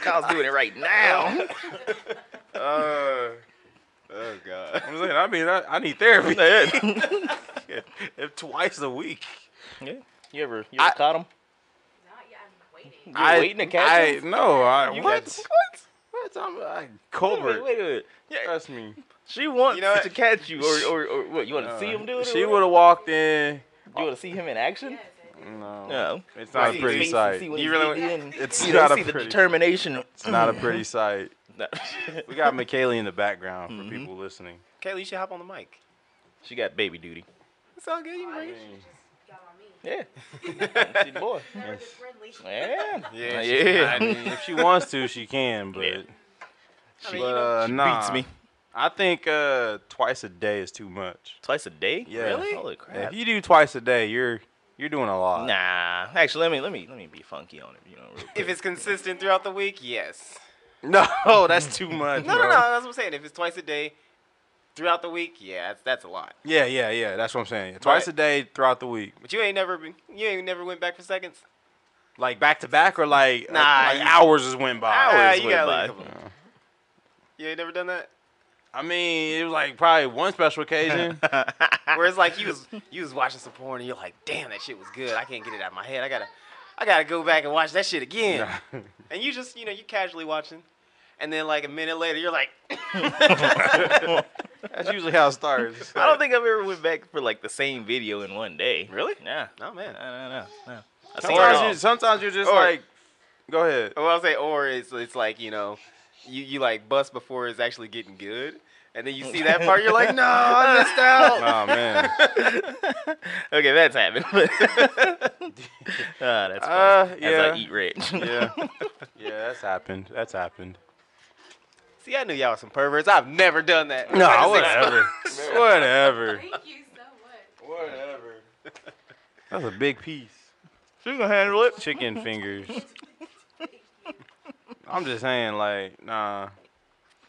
Kyle's doing it right now.
uh,
oh God.
I'm saying, I mean, I, I need therapy. if twice a week.
yeah. You ever you
I-
ever caught him?
Not yet. I'm waiting.
You waiting to catch
I,
him?
No, I
You
what?
got-
What? I'm I,
Wait, a minute,
Colbert.
wait a minute.
Trust me.
She wants
You know what?
to catch you, or, or, or what? You want to see him do it?
Uh, She would have walked in.
have. You want to see him in action?
Yes, I do.
No,
No.
it's not a
Right.
pretty
Face and
sight.
see what
You
he's
really-
doing.
It's
You know,
not a
see the
pretty-
determination.
It's not a pretty sight.
No.
We got McKaylee in the background
Mm-hmm.
for people listening.
Kaylee, you should hop on the mic.
she got baby duty.
It's all good. You can
I
bring it.
think she just got on me.
Yeah. She's the boy.
They were just friendly.
Yeah.
Yeah, she's
Yeah.
I mean, if she wants to, she can, but.
Yeah.
But, uh, nah.
beats me.
I think uh, twice a day is too much.
Twice a day?
Yeah.
Really? Holy
If
crap.
you do twice a day, you're You're doing a lot.
Nah, actually, let me let me let me be funky on it. You know, real quick.
If it's consistent throughout the week, yes.
No, that's too much.
No, no, no.
bro.
That's what I'm saying. If it's twice a day, throughout the week, yeah, that's, that's a lot.
Yeah, yeah, yeah. That's what I'm saying. Twice a day throughout the week,
But you ain't never been. You ain't never went back for seconds.
like back to back, or like
Nah,
like
you-
hours just went by.
Hours
hours
you
went
gotta leave
by.
a couple. You ain't never done that.
I mean, it was like probably one special occasion.
Where it's like you was you was watching some porn and you're like, damn, that shit was good. I can't get it out of my head. I gotta, I gotta go back and watch that shit again. And you just you know you casually watching, and then like a minute later you're like,
that's usually how it starts.
I don't think I've ever went back for like the same video in one day. Really? Nah.
oh man.
Nah, nah, nah, nah. I seen it
Sometimes,
all.
you, sometimes you're just
Or-
like, go ahead.
Well, I'll say or it's it's like you know, you you like bust before it's actually getting good, and then you see that part you're like, no, I missed out.
Oh man.
okay, that's happened. Ah, that's
Uh,
funny.
yeah.
As I eat rich.
yeah. Yeah, that's happened. That's happened.
See, I knew y'all was some perverts. I've never done that.
No,
Like I said,
whatever. whatever.
Thank you so much.
Whatever. That's a big piece.
She's gonna handle it.
Chicken fingers. I'm just saying, like, nah.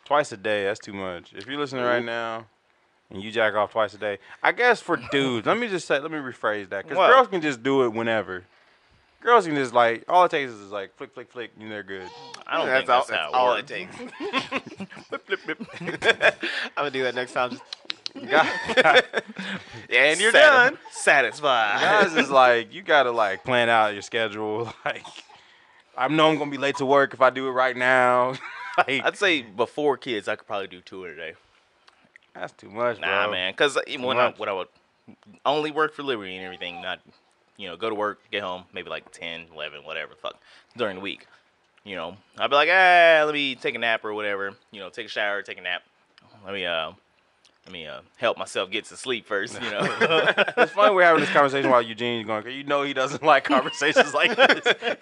Twice a day, that's too much. If you're listening right now and you jack off twice a day, I guess for dudes, let me just say, let me rephrase that. Because
What?
girls can just do it whenever. Girls can just, like, all it takes is, like, flick, flick, flick, and they're good.
I don't
that's
think
all,
that's, how
that's
it
all it
works.
takes. I'm
Blip, blip, blip.
gonna do that next time. Just
Guys,
and you're
Sati-
done.
Satisfied.
guys is like, you gotta, like, plan out your schedule. Like, I know I'm gonna be late to work if I do it right now. like,
I'd say before kids, I could probably do two in a day.
that's too much,
Nah,
bro.
man, because when I,
much.
what I would only work for Liberty and everything, not you know, go to work, get home, maybe like 10, 11, whatever, fuck, during the week. You know, I'd be like, ah, let me take a nap or whatever. You know, take a shower, take a nap. Let me uh, let me uh, help myself get to sleep first. You know,
It's funny we're having this conversation while Eugene's going, 'cause you know he doesn't like conversations like this.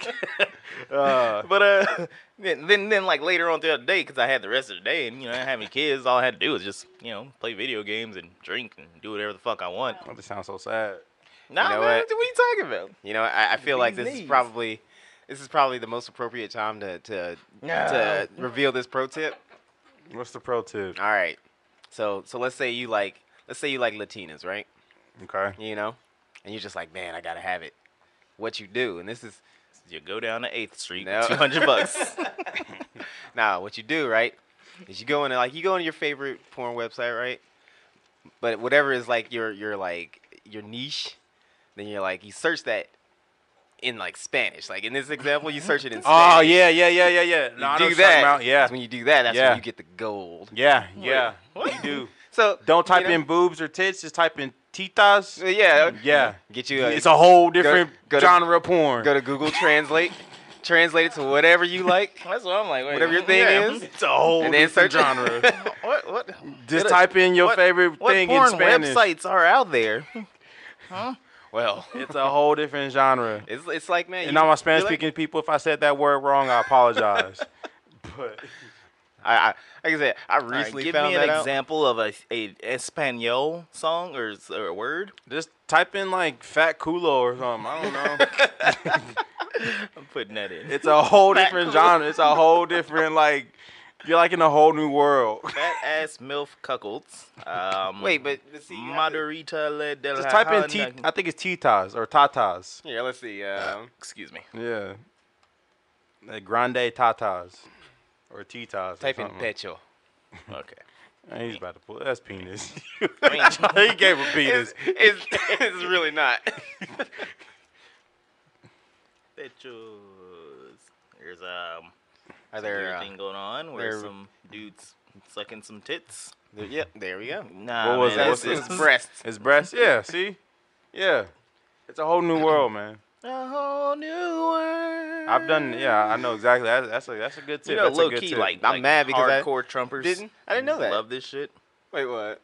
uh,
but uh, then then, then like later on throughout the day, because I had the rest of the day and you know, I didn't have any kids, all I had to do was just you know, play video games and drink and do whatever the fuck I want.
that just Oh, sounds so sad.
Nah,
know
man,
what?
what? are you talking about?
You know, I, I feel like
These
this
knees.
is probably this is probably the most appropriate time to to to
Oh.
reveal this pro tip.
What's the pro tip?
All right. So so let's say you like let's say you like Latinas, right?
Okay.
You know, and you're just like, man, I gotta have it. What you do, and this is
You go down to Eighth Street,
No.
two hundred bucks.
Nah, what you do, right? Is you go into like you go into your favorite porn website, right? But whatever is like your your like your niche, then you're like you search that in like Spanish. Like in this example, you search it in Spanish.
Oh yeah, yeah, yeah, yeah, yeah.
You
No, I know
do
what you're talking
that.
about. Yeah,
That's when you do that, that's
Yeah.
when you get the gold.
yeah, yeah. You do.
So
Don't type
you know,
in boobs or tits. Just type in titas.
Yeah.
Yeah.
Get you a,
Mm. It's a whole different
go to-
genre of porn.
go to Google Translate, translate it to whatever you like,
That's what I'm like. Wait,
whatever your thing
yeah.
is,
it's a whole
and then search
genre.
What what
just type in your
what-
favorite
what
thing
porn
in Spanish.
websites are out there. Well,
It's a whole different genre.
it's it's like man.
And all my
you're
Spanish
like-
speaking people, if I said that word wrong, I apologize. but
I, I like I said, I
All right,
recently
give
found
me
that
an
out.
example of a, a Espanol song or, s- or a word.
just type in like fat culo or something. I don't know.
I'm putting that in.
It's a whole
Fat
different
culo.
genre. It's a whole different like you're like in a whole new world.
Fat ass milf cuckolds. Um,
Wait, but let's see. you have to-
Margarita le de la
Just type in
Holanda-
t- I think it's titas or tatas.
Here, let's see. Um,
Excuse me.
Yeah, like grande tatas or titas. or
type in
something.
pecho.
Okay.
Man, he's about to pull. That's penis.
I mean,
he gave a penis.
It's, it's, it's really not.
pechos. There's um
Are
weird
there? Uh,
thing going on where
there-
some dudes sucking some tits.
there- yep. There we go.
Nah,
What was
man,
That's
it? What's
this
his
is-
breasts.
His breast. Yeah. See. Yeah. It's a whole new world, man.
A whole new world.
I've done. Yeah, I know exactly. That's, that's a that's a good tip.
You know,
that's
low
a good
key,
tip.
like
I'm
like
mad because I
hardcore Trumpers
didn't- I didn't know that.
Love this shit.
Wait, what?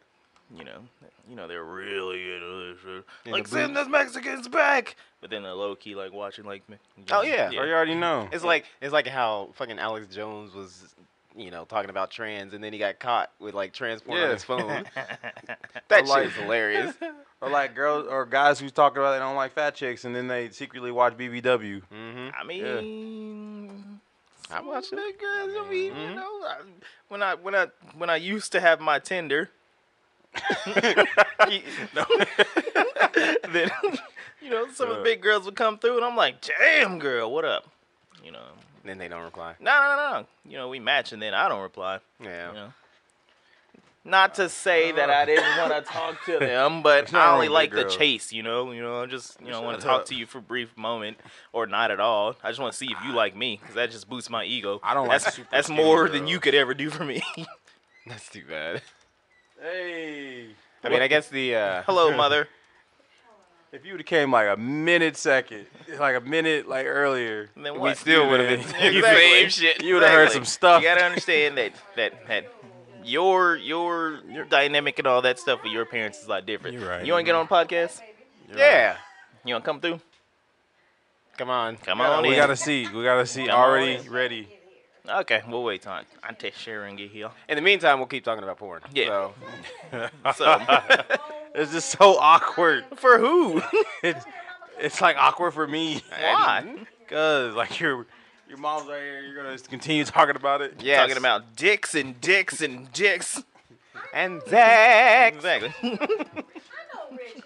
You know, you know they're really into this shit.
In
like
the
send those Mexicans back. But then they're low key like watching like. me- you
Oh,
know,
yeah.
Oh, you already know.
It's like it's like how fucking Alex Jones was, you know, talking about trans, and then he got caught with like trans porn on
Yeah.
his phone. that shit
like-
is hilarious.
Or like girls or guys who talk about they don't like fat chicks and then they secretly watch BBW.
Mm-hmm.
I mean,
I watch
some niggas, I mean,
Mm-hmm.
you know, I, when I when I when I used to have my Tinder, you- then you know some
Uh.
of the big girls would come through, and I'm like, "Damn, girl, what up?" You know,
Then they don't reply.
no, no, no, no. You know, we match, and then I don't reply.
Yeah.
You know. Not to say that I
Uh.
didn't want to talk to them, but
nothing
I
wrong
only
with
like
big
the
girls.
chase, you know. You know, I just you know want to
Shut
talk
up.
to you for a brief moment or not at all. I just want to see if you like me because that just boosts my ego.
Ah. I don't like
that's,
super
that's
skinny
more than you
girls.
could ever do for me.
That's too bad.
Hey.
I mean, I guess the uh,
Hello, mother.
If you would have came like a minute second, like a minute like earlier,
And then
we
what?
still would have been
Exactly.
Same
shit.
you would have heard some stuff.
You gotta understand that that that your your dynamic and all that stuff with your parents is a lot different.
You're right.
You want to get on a podcast?
Yeah.
You want to come through?
Come on.
Come on in.
Uh, we gotta see. We gotta see.
Come on
Already
in.
ready.
Okay, we'll wait on. I take Sharon get here.
In the meantime, we'll keep talking about porn.
Yeah.
So,
So
It's just so awkward.
for who?
It's it's like awkward for me. Mm-hmm.
Why?
Cause like your your mom's right here. You're gonna continue talking about it.
yes.
Talking about dicks and dicks and dicks.
and Zach.
Exactly.
I know, Rich.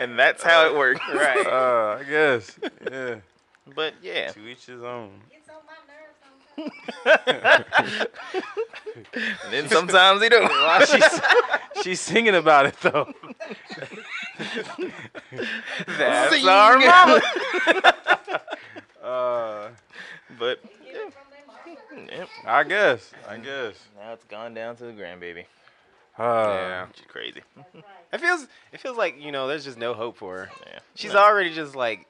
and that's how it works.
Right.
Uh, I guess. Yeah.
But yeah.
To each his own.
Gets on my nerves sometimes.
And then sometimes they do.
Why she's she's singing about it though.
Zing.
Uh,
But
Get it from their mom.
yep.
I guess. I guess.
now it's gone down to the grandbaby.
Uh,
Yeah.
Which is crazy.
That's right.
It feels it feels like you know there's just no hope for her.
Yeah.
She's already just like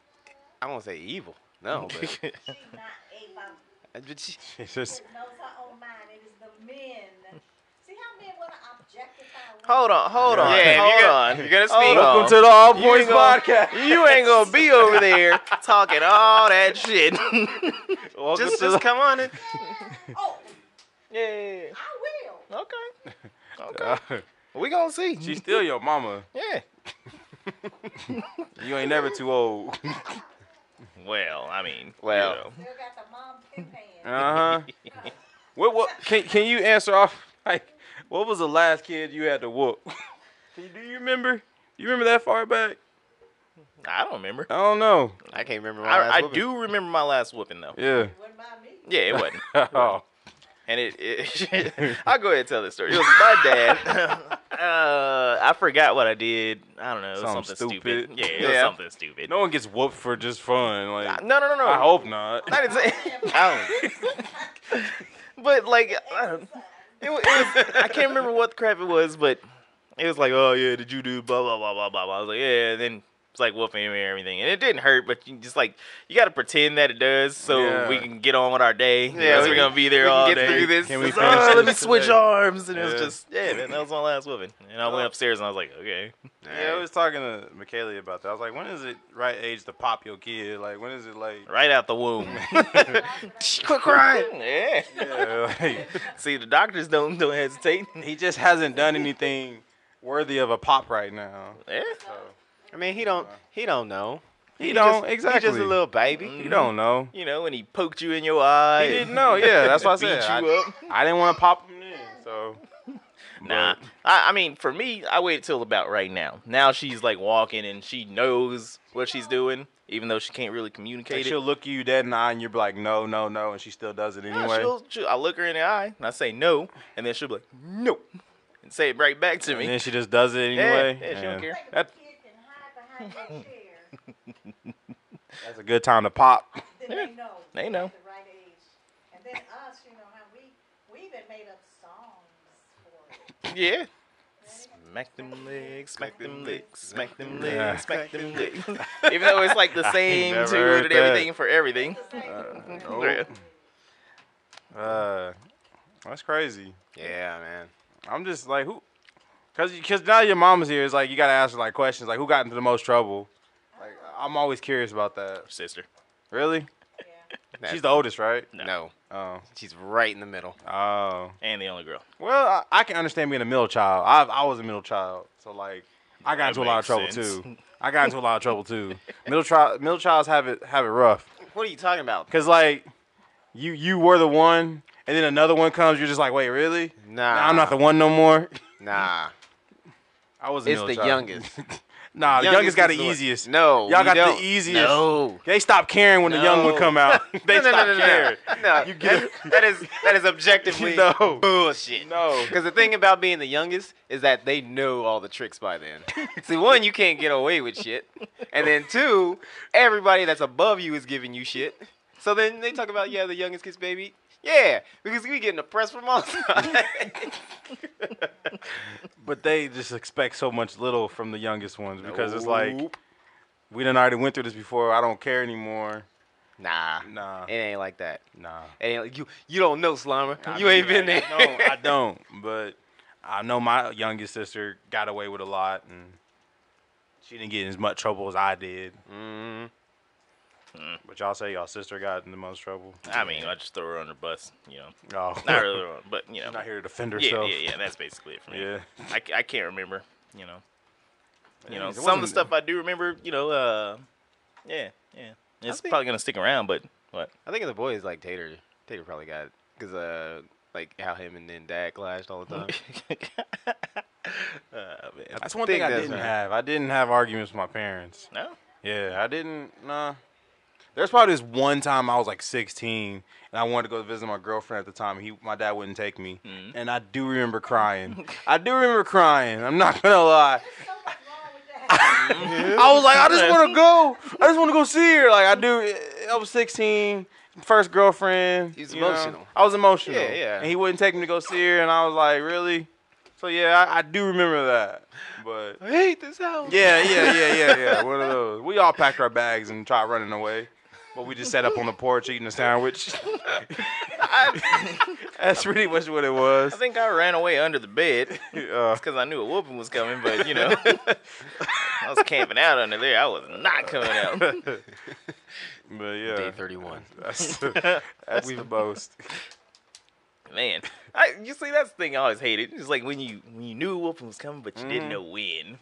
I won't say evil. No, but,
She's not a mom.
but she,
It's just
She knows her own mind. It is the men. See how men want to objectify women?
Hold on, hold on,
Yeah, if you
hold
got-
on.
you gotta
Hold
speak.
on.
welcome to the All
You
Points
ain't gonna-
Podcast.
You ain't gonna be over there talking all that shit.
Welcome
just,
to
just
the-
come on it.
Oh,
Yeah.
I will.
Okay. Okay.
Uh,
We gonna see.
she's still your mama.
yeah.
You ain't never too old. uh
Well, I mean,
Well.
you know.
Still got the mom pin pan.
huh. What what can can you answer off like what was the last kid you had to whoop? Can you- Do you remember? You remember that far back?
I don't remember.
I don't know.
I can't remember. My last
I, I
whooping.
do remember my last whooping though.
Yeah.
Wouldn't mind me.
Yeah, it wasn't.
Oh.
And it, it I'll go ahead and tell this story. It was my dad. uh, I forgot what I did. I don't know. it was
Something
Something,
stupid.
Yeah, it was
Yeah.
something stupid.
No one gets whooped for just fun. Like
no, no, no, no.
I hope not.
I didn't say. I don't. But like, I don't. It, wa- it was. I can't remember what crap it was, but it was like, oh yeah, did you do blah blah blah blah blah blah. I was like, yeah. And then it's like whooping and everything, and it didn't hurt, but you just like you got to pretend that it does, so
Yeah.
we can get on with our day.
Yeah,
Yeah,
we
we're
can-
gonna be there
we can
all
get
day.
through this.
Can we
It's,
finish
"Oh, let me
this
switch
today?"
arms, and it
Yeah.
was just yeah, man, that was my last whooping, and I went upstairs and I was like, okay,
Yeah, I was talking to Michaela about that. I was like, when is it right age to pop your kid? Like, when is it like?
right out the womb.
quit crying.
yeah.
Yeah, like,
See, the doctors don't don't hesitate.
he just hasn't done anything worthy of a pop right now.
Yeah.
So
I mean, he don't he don't know.
he,
just-
don't exactly.
He just a little baby.
Mm-hmm.
He don't know.
you know, and he poked you in your eye.
He didn't know. Yeah, that's why I
beat
said I,
you up.
I didn't want to pop him in. So
Nah, I, I mean, for me, I waited till about right now. Now she's like walking and she knows what she's doing, even though she can't really
like,
communicate
she'll
it.
look you dead in the eye, and you'll be like, no, no, no, and she still does it
Nah,
anyway.
she'll- she'll- I look her in the eye and I say no, and then she'll be like no, and say it right back to me.
and then she just does it
yeah,
anyway.
yeah, she don't
and
care.
Like
That-
that, kid can hide behind their chair.
That's a good time to pop.
Then they know.
They know.
The right age. And then us, you know how we we even made up songs for it.
Yeah. Smack them legs, smack them legs, smack them legs,
Yeah.
smack them legs. Even though it's like the same
never
tune
heard
and
that.
everything for everything.
Nope. Uh, that's crazy.
Yeah, man.
I'm just like who, cause cause now your mom's here. It's like you gotta ask her like questions like who got into the most trouble. Like I'm always curious about that.
Sister.
Really?
Yeah.
She's the oldest, right?
No.
Oh.
She's right in the middle.
Oh.
and the only girl.
Well, I, I can understand being a middle child. I I was a middle child, so like I got
That
into a lot of trouble
makes
too.
sense.
I got into a lot of trouble too. Middle child, middle childs have it have it rough.
What are you talking about?
Cause like you you were the one, and then another one comes. You're just like, wait, really?
Nah.
Nah, I'm not the one no more.
Nah.
I was. A
It's
middle
the
child.
youngest.
Nah, the youngest got
is
the
one-
easiest.
No.
Y'all
you
got the
don't.
easiest.
No.
They stop caring when the young one
No.
come out. they
no, no,
stop
no, no,
caring.
no, no.
You get
That- that is that is objectively
No.
bullshit.
No.
because the thing about being the youngest is that they know all the tricks by then. See, one, you can't get away with shit, and then two, everybody that's above you is giving you shit. So then they talk about yeah, the youngest kiss baby. Yeah, because we getting oppressed from all sides.
But they just expect so much little from the youngest ones because it's like
Nope.
we done already went through this before. I don't care anymore.
nah,
Nah,
it ain't like that.
nah.
It ain't like, you you don't know, Slimer. you ain't been there.
No, I don't. But I know my youngest sister got away with a lot, and she didn't get in as much trouble as I did.
Mm,
But y'all say y'all sister got in the most trouble.
I mean, I just throw her on the bus, you know.
Oh,
Not really, wrong, but you know.
not here to defend
yeah,
herself.
yeah, yeah. That's basically it for me.
Yeah.
I, ca- I can't remember, you know. You know,
it
some of the
wasn't-
stuff I do remember, you know, uh, yeah, yeah. It's
think-
probably gonna stick around, but what?
I think of the boys like Tater. Tater probably got because uh like how him and then Dad clashed all the time.
Uh, man.
That's one thing
think
I
that's
didn't
right.
have. I didn't have arguments with my parents.
No.
Yeah, I didn't. Nah. There's probably this one time I was like 16 and I wanted to go visit my girlfriend at the time. He, my dad wouldn't take me,
Mhm.
and I do remember crying. I do remember crying. I'm not gonna lie.
There's so much wrong with that.
I was like, I just want to go. I just want to go see her. Like I do. I was 16, first girlfriend.
He was
you know.
emotional.
I was emotional.
Yeah, yeah.
And he wouldn't take me to go see her, and I was like, really? So yeah, I, I do remember that. But
I hate this house.
yeah, yeah, yeah, yeah, yeah. One of those. We all packed our bags and tried running away, but we just sat up on the porch eating a sandwich. That's pretty much what it was.
I think I ran away under the bed
Uh,
because I knew a whooping was coming, but you know, I was camping out under there. I was not coming out.
but yeah,
Day 31.
that's, the- that's the most.
Man, I, you see, that's the thing I always hated. It's like when you when you knew a whooping was coming, but you didn't know when.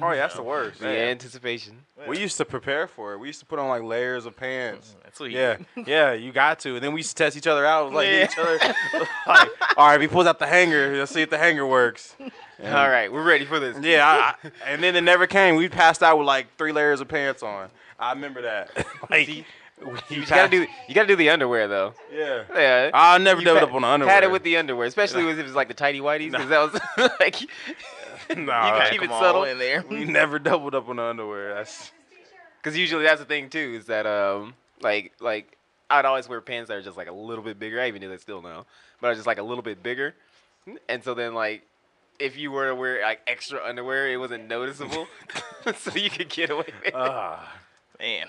Oh yeah, that's the worst.
The anticipation.
We used to prepare for it. We used to put on like layers of pants.
That's what you
Yeah, yeah, you got to. And then we used to test each other out. Like, hit each
Yeah.
other. like, all right, if he pulls out the hanger, let's see if the hanger works.
All right, we're ready for this.
Yeah, I, I, and then it never came. We passed out with like three layers of pants on. I remember that. like,
See,
we
You
passed-
gotta do you gotta do the underwear though.
Yeah.
Yeah.
I'll never
You
double
pat-
up on the underwear.
Pat it with the underwear, especially if it's like the tidy whities, because that was like you
Nah,
can
Pack
keep it
'em all
subtle.
in there.
we never doubled up on the underwear. That's
Because usually that's the thing too, is that um like like I'd always wear pants that are just like a little bit bigger. I even do that still now, but I was just like a little bit bigger, and so then like if you were to wear like extra underwear, it wasn't noticeable, so you could get away. With it.
ah.
Man,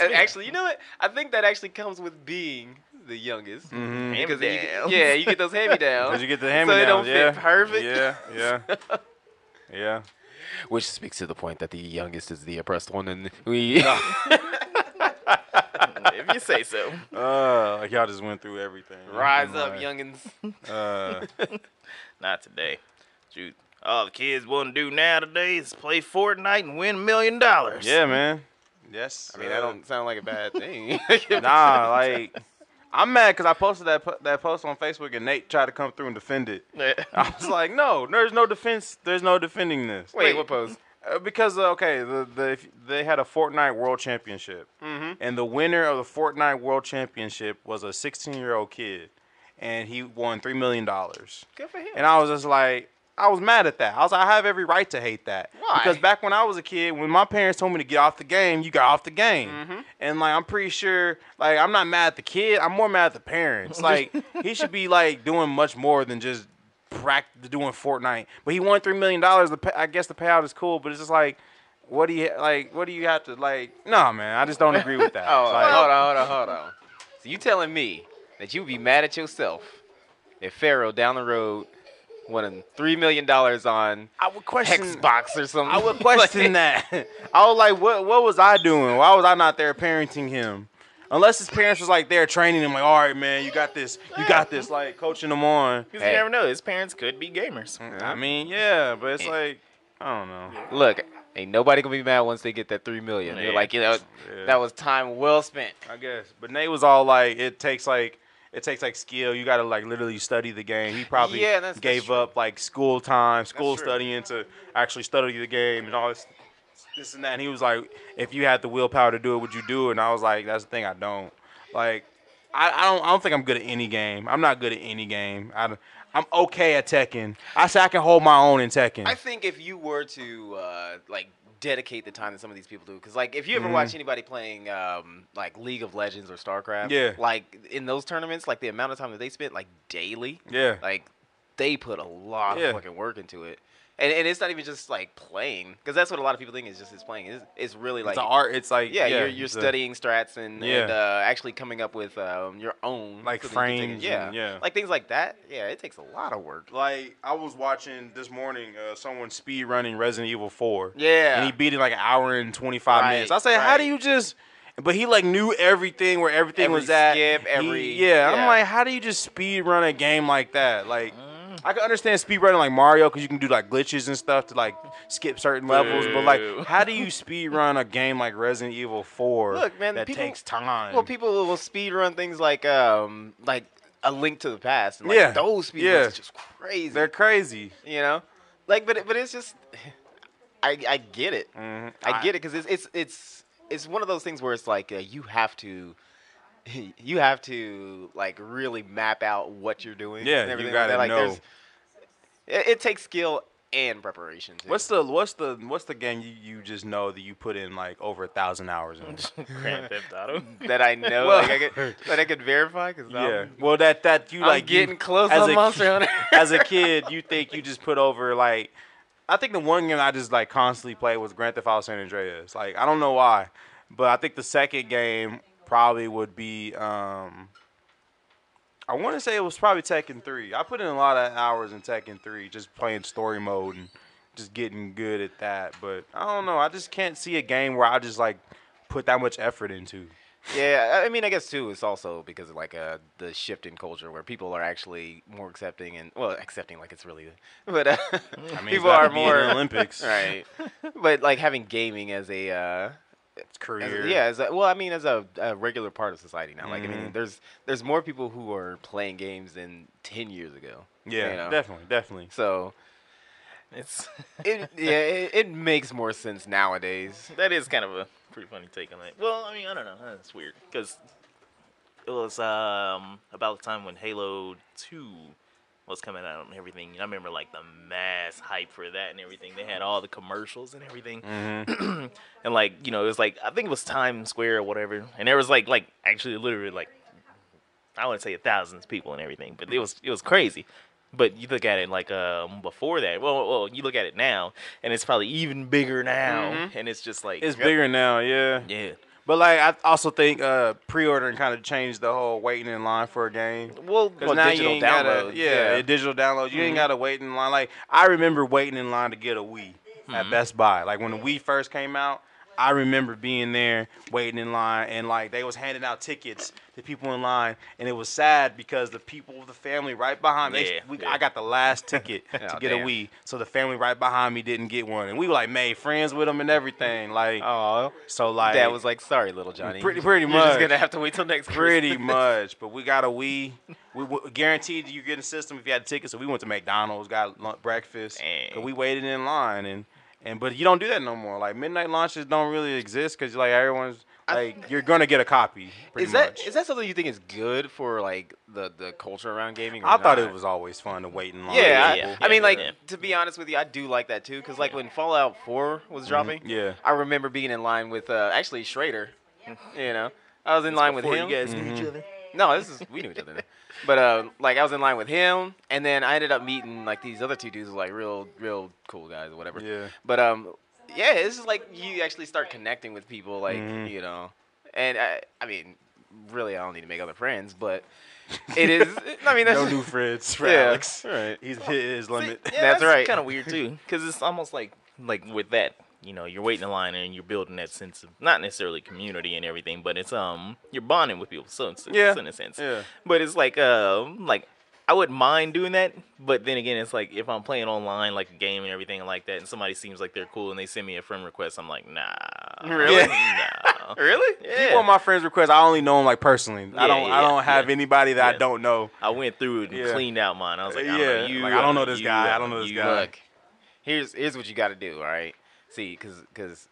And actually, you know what? I think that actually comes with being the youngest.
mhm.
Because you get,
Hand-me-downs.
yeah, you get those hand me downs.
Cause you get the
so they
hand-me-downs,
don't
yeah.
fit perfect.
Yeah, yeah, yeah.
Which speaks to the point that the youngest is the oppressed one, and we.
if you say so.
Uh, like y'all just went through everything.
Rise
Never
up,
mind.
youngins.
Uh,
Not today. Shoot. All the kids want to do now today is play Fortnite and win a million dollars.
yeah, man. Yes.
I mean,
uh,
that don't sound like a bad thing.
Nah, like I'm mad because I posted that po- that post on Facebook and Nate tried to come through and defend it. I was like, no, there's no defense. There's no defending this.
Wait, what pose?
Uh, because uh, okay, the, the if they had a Fortnite World Championship,
Mhm.
and the winner of the Fortnite World Championship was a 16 year old kid, and he won three million dollars.
Good for him.
And I was just like, I was mad at that. I was like, I have every right to hate that.
Why?
Because back when I was a kid, when my parents told me to get off the game, you got off the game.
Mm-hmm.
And like, I'm pretty sure, like, I'm not mad at the kid. I'm more mad at the parents. Like, he should be like doing much more than just practice doing Fortnite. But he won three million dollars. The pay- I guess the payout is cool, but it's just like. What do you like? What do you have to like? No, man, I just don't agree with that.
Oh,
It's like,
hold on, hold on, hold on. So you telling me that you'd be mad at yourself if Pharaoh down the road won three million dollars on
I would question.
Xbox or something?
I would question that. I was like, what what was I doing? Why was I not there parenting him? Unless his parents was like there training him, like, all right, man, you got this, you got this, like coaching him on.
Because
Hey.
you never know, his parents could be gamers.
I mean, yeah, but it's like, I don't know.
Look, ain't nobody gonna be mad once they get that three million. They're
Yeah.
like, you know,
Yeah.
that was time well spent.
I guess. But Nate was all like, it takes like it takes like skill. You gotta like literally study the game. He probably
Yeah, that's- that's
gave
true.
up like school time, school
true.
studying to actually study the game and all this this and that. And he was like, if you had the willpower to do it, would you do it? And I was like, that's the thing, I don't. Like I, I don't I don't think I'm good at any game. I'm not good at any game. I don't- I'm okay at Tekken. I say I can hold my own in Tekken.
I think if you were to uh, like dedicate the time that some of these people do, because like if you ever
Mm-hmm.
watch anybody playing um, like League of Legends or StarCraft,
Yeah.
like in those tournaments, like the amount of time that they spent like daily,
yeah.
like they put a lot
Yeah.
of fucking work into it. And, and it's not even just like playing, because that's what a lot of people think is just is playing. It's, it's really like
it's an art. It's like
yeah, you're, you're
it's a-
studying strats and,
Yeah.
and uh, actually coming up with um, your own
Like
so that you can take
frames
it- yeah.
and- yeah.
like things like that. Yeah, it takes a lot of work.
Like I was watching this morning, uh, someone speed running Resident Evil Four.
Yeah.
and he beat it like an hour and twenty five
Right,
minutes. I said, how do
right.
you just? But he like knew everything where everything
Every
was at.
skip,
He-
every-
yeah.
yeah.
I'm like, how do you just speed run a game like that? Like.
Mm.
I can understand speed running like Mario because you can do like glitches and stuff to like skip certain levels, but
Boo.
like, how do you speed run a game like Resident Evil Four?
Look, man,
that
people-
takes time.
Well, people will speed run things like um like a link to the past. And, like,
Yeah.
those speed
Yeah.
runs are just crazy.
they're crazy.
you know, like but it- but it's just I I get it.
Mhm.
Mm-hmm. I get it because it's it's it's it's one of those things where it's like uh, you have to. You have to like really map out what you're doing.
Yeah,
and
you
everything
gotta
like that. Like,
know.
there's- It, it takes skill and preparation. Too.
What's the what's the what's the game you, you just know that you put in like over a thousand hours in?
Grand Theft Auto.
that I know
Well-
like I could, that I could verify? Because
yeah.
I'm,
Well, that that you
I'm
like you-
getting close
as
on
a
Monster Hunter.
kid- as a kid, you think you just put over like. I think the one game I just like constantly played was Grand Theft Auto San Andreas. Like I don't know why, but I think the second game probably would be. um I want to say it was probably Tekken Three. I put in a lot of hours in Tekken Three, just playing story mode and just getting good at that. But I don't know. I just can't see a game where I just like put that much effort into.
yeah, I I mean, I guess too, it's also because of like uh, the shift in culture where people are actually more accepting and well, accepting like it's really, but uh,
Mm, I mean, it's
people
not
are
gonna be in the
more
Olympics,
right. But like having gaming as a uh, as
Career,
a- yeah, as a, well, I mean, as a, a regular part of society now. Like, I mean,
Mhm.
there's there's more people who are playing games than ten years ago.
yeah,
you know?
definitely, definitely.
So
It's
it yeah, it, it makes more sense nowadays.
that is kind of a pretty funny take on it. Well, I mean, I don't know. That's weird because it was um about the time when Halo Two was coming out and everything. I remember like the mass hype for that and everything. They had all the commercials and everything. and like you know it was like I think it was Times Square or whatever, and there was like like actually literally like I wouldn't say thousands of people and everything, but it was it was crazy. But you look at it like um before that, well, well you look at it now, and it's probably even bigger now, and it's just like
Mm-hmm. It's bigger now, yeah.
yeah.
But like, I also think uh, pre-ordering kind of changed the whole waiting in line for a game.
Well,
Cause
well,
now
digital
you ain't
download,
gotta, yeah, digital download. You ain't gotta wait in line. Like I remember waiting in line to get a Wii at Best Buy. Like when the Wii first came out, I remember being there waiting in line, and like they was handing out tickets to people in line, and it was sad because the people, the family right behind me, they-
Yeah,
we,
yeah.
I got the last ticket to
Aw,
get a
damn.
Wii, so the family right behind me didn't get one, and we like made friends with them and everything. Like
Oh,
so, like
Dad was like, "Sorry, little Johnny."
pretty pretty
You're just
much
gonna have to wait till next
pretty much. But we got a Wii. We w- guaranteed you get a system if you had a ticket. So we went to McDonald's, got lunch, breakfast,
Dang.
and we waited in line. And and but you don't do that no more. Like midnight launches don't really exist because like everyone's like you're gonna get a copy. Pretty
Is that
much.
is that something you think is good for like the the culture around gaming? or
I thought
not?
it was always fun to wait in line.
Yeah, I,
yeah,
I mean,
yeah,
like
yeah.
to be honest with you, I do like that too. Cause like when Fallout Four
Mm-hmm.
was dropping,
yeah.
I remember being in line with uh, actually Schrader. You know, I was in line with
before
him.
you guys knew
Mm-hmm.
each other.
No, this is we knew each other, then. but uh, like I was in line with him, and then I ended up meeting like these other two dudes, who, like real, real cool guys or whatever.
Yeah.
But um, yeah, it's just like you actually start connecting with people, like
Mhm.
you know, and I, I mean, really, I don't need to make other friends, but it is. I mean, that's
no new friends for
yeah,
Alex.
Right.
He's hit his limit.
That's right.
Kind of weird too, because it's almost like like with that, you know you're waiting in line and you're building that sense of not necessarily community and everything, but it's um you're bonding with people. So in, s-
Yeah.
in a sense,
Yeah.
But it's like um like I wouldn't mind doing that, but then again, it's like if I'm playing online like a game and everything like that, and somebody seems like they're cool and they send me a friend request, I'm like nah,
Really?
nah.
Really?
Yeah.
People on my friends request, I only know them like personally. I
Yeah,
don't.
yeah,
I don't have
yeah.
anybody that
Yeah.
I don't know.
I went through it and
Yeah.
cleaned out mine. I was like, I don't
Yeah,
know you.
like, I don't know this
you,
guy, I don't know this
you.
guy.
Look, here's here's what you got to do. All right, see, cause cause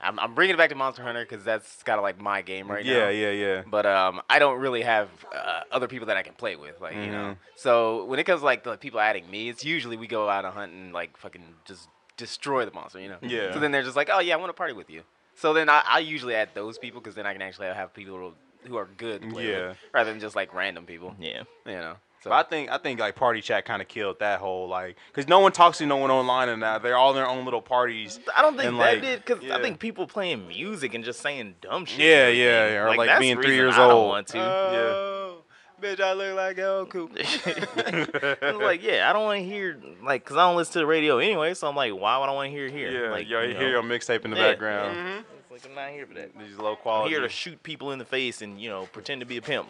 I'm I'm bringing it back to Monster Hunter because that's kind of like my game right now.
yeah, yeah, yeah.
But um, I don't really have uh, other people that I can play with, like you
Mm-hmm.
know. So when it comes to, like the people adding me, it's usually we go out and hunt and like fucking just destroy the monster, you know.
Yeah.
So then they're just like, oh yeah, I want to party with you. So then I, I usually add those people because then I can actually have people who are good to play
Yeah.
with, rather than just like random people,
Yeah.
you know. So
But I think I think like party chat kind of killed that whole like because no one talks to no one online and now they're all in their own little parties.
I don't think
And,
that
like,
did because
yeah.
I think people playing music and just saying dumb shit. and
Yeah, yeah,
everything.
yeah, or, like,
that's
being
the
three
reason
years
I don't
old. Uh,
want to.
Oh, bitch, I look like El Cooper.
It's like, yeah, I don't want to hear like because I don't listen to the radio anyway. So I'm like, why would I want to hear it here?
Yeah,
like,
you Mm-hmm.
you
hear your
know,
mixtape in the
Yeah.
background. Oh,
it's like I'm not here for that.
These low
I'm
quality.
here to shoot people in the face and you know pretend to be a pimp.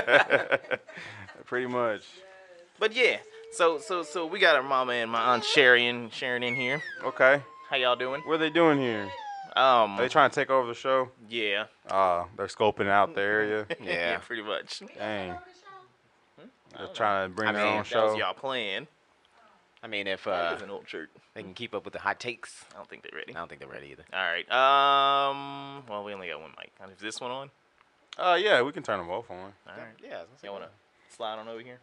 Pretty much.
but yeah, so so so we got our mama and my aunt Sharon Sharon in here.
Okay.
How y'all doing?
What are they doing here?
Um,
Are they trying to take over the show?
yeah,
Uh, they're scoping out the area.
Yeah.
pretty much.
Dang. They're trying to bring
I
their
mean,
own
that
That was
show.
y'all plan.
I mean, if
Uh,
uh,
an old shirt.
they can keep up with the hot takes,
I don't think they're ready.
I don't think they're ready either.
All right. Um. Well, we only got one mic. Is this one on?
Uh, yeah, we can turn them both on.
All right.
Yeah, I was gonna say,
Y'all wanna slide on over here?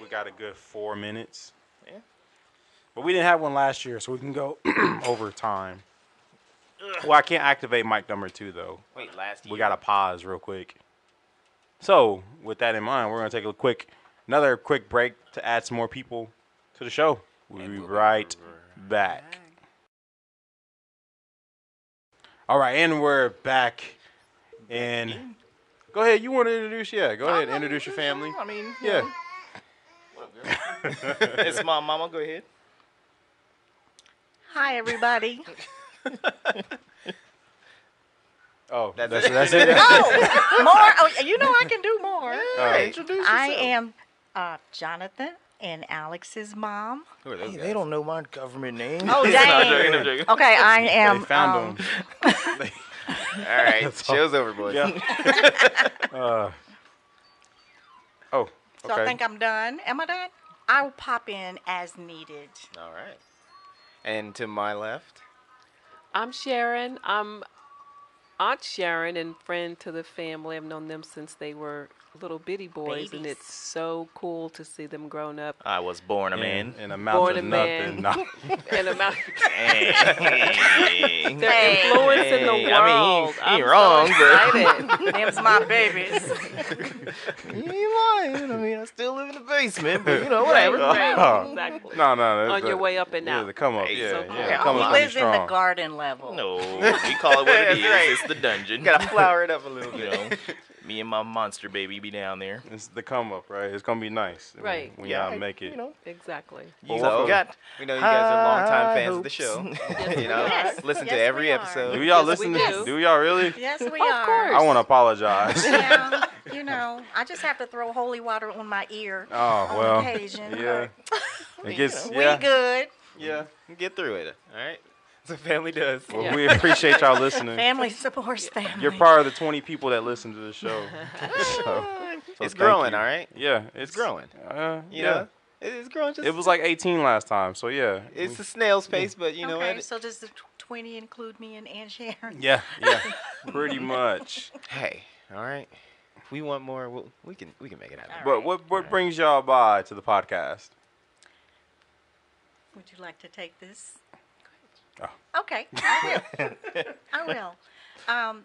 We got a good four minutes.
Yeah.
But we didn't have one last year, so we can go over time. Well, I can't activate mic number two though.
wait, last year
We gotta pause real quick. So, with that in mind, we're gonna take a quick, another quick break to add some more people to the show. We'll be right back. All right, and we're back. And go ahead. You want to introduce? Yeah, go ahead. Introduce your family.
I mean,
Yeah.
it's my mama. Go ahead.
Hi, everybody.
Oh, that's
That's
it. That's it.
oh, more. Oh, you know I can do more.
Oh,
I am uh, Jonathan and Alex's mom.
Who are those guys?
they don't know my government name. No,
Oh,
I'm joking, I'm
dang.
joking.
Okay, I am.
they found
um,
them.
All right, show's over, boys.
Yeah. uh, oh.
So I
okay.
think I'm done. Am I done? I will pop in as needed.
All right. And to my left,
I'm Sharon. I'm Aunt Sharon and friend to the family. I've known them since they were little bitty boys, and
Babies.
it's so cool to see them grown up.
I was born a man.
And, and amount
Born a
to nothing.
man.
Nah.
and about
Dang.
their
Hey.
influence in the
Hey,
world.
I mean, he- he
I'm
wrong,
so
but-
excited.
Them's my babies.
You ain't lying. I mean, I still live in the basement, but you know, whatever.
Right,
Oh.
exactly.
No, no, that's
On your
that-
way up and
yeah,
out.
the come up,
Hey,
yeah,
so
yeah,
cool.
the
Yeah,
come
only
up is
lives in the
strong.
garden level.
No, we call it what it is.
right.
It's the dungeon.
gotta flower it up a little
you
bit.
know, me and my monster baby be down there.
It's the come up, right? It's gonna be nice. when-
Right.
When
Yeah,
y'all make it.
You know,
Exactly.
you
So-
got
We know you guys are longtime
High
fans of the
hopes.
show.
Yes,
you know,
we are.
Yes,
listen to
yes,
every
we are.
episode.
do y'all
Yes, we
listen? to,
do.
do y'all really?
Yes, we
Of
are.
course.
I want to apologize.
Yeah, you know, I just have to throw holy water on my ear
oh
on
well.
occasion.
Yeah. It gets
but
yeah.
We good.
Yeah.
Get through it. All right. So family does.
Well,
Yeah.
we appreciate y'all listening.
Family supports family.
You're part of the 20 people that listen to the show. So, so
it's
thank
growing.
you.
All right.
Yeah, it's
It's growing.
Uh,
You
yeah.
know, It- it's growing. Just
It was like 18 last time, so yeah.
It's a snail's pace, but you know
okay,
what?
so does the tw- 20 include me and Ann Sharon?
yeah, yeah, pretty much.
Hey, all right. If we want more, we'll, we can we can make it happen.
All
But what what brings y'all by to the podcast?
Would you like to take this?
Oh.
Okay, I will. I will. Um,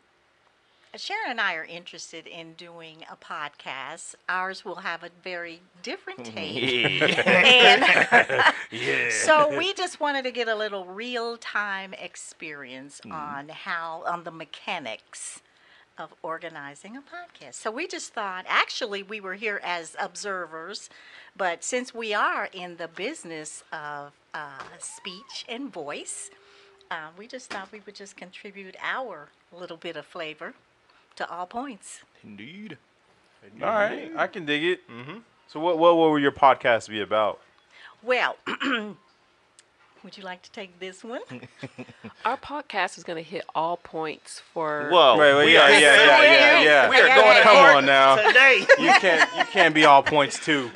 Sharon and I are interested in doing a podcast. Ours will have a very different take. and so we just wanted to get a little real time experience on how on the mechanics of organizing a podcast. So we just thought, actually, we were here as observers, but since we are in the business of uh, speech and voice, uh, we just thought we would just contribute our little bit of flavor to all points.
Indeed.
All right, I can dig it. Mm-hmm. So what what will your podcast be about?
Well, would you like to take this one?
Our podcast is going to hit all points for
Whoa.
Wait, wait,
we
yeah,
are-
yeah, yeah, yeah, yeah.
We are
Yeah,
going
yeah,
to
Come
court
on now.
today.
You can't you can't be all points too.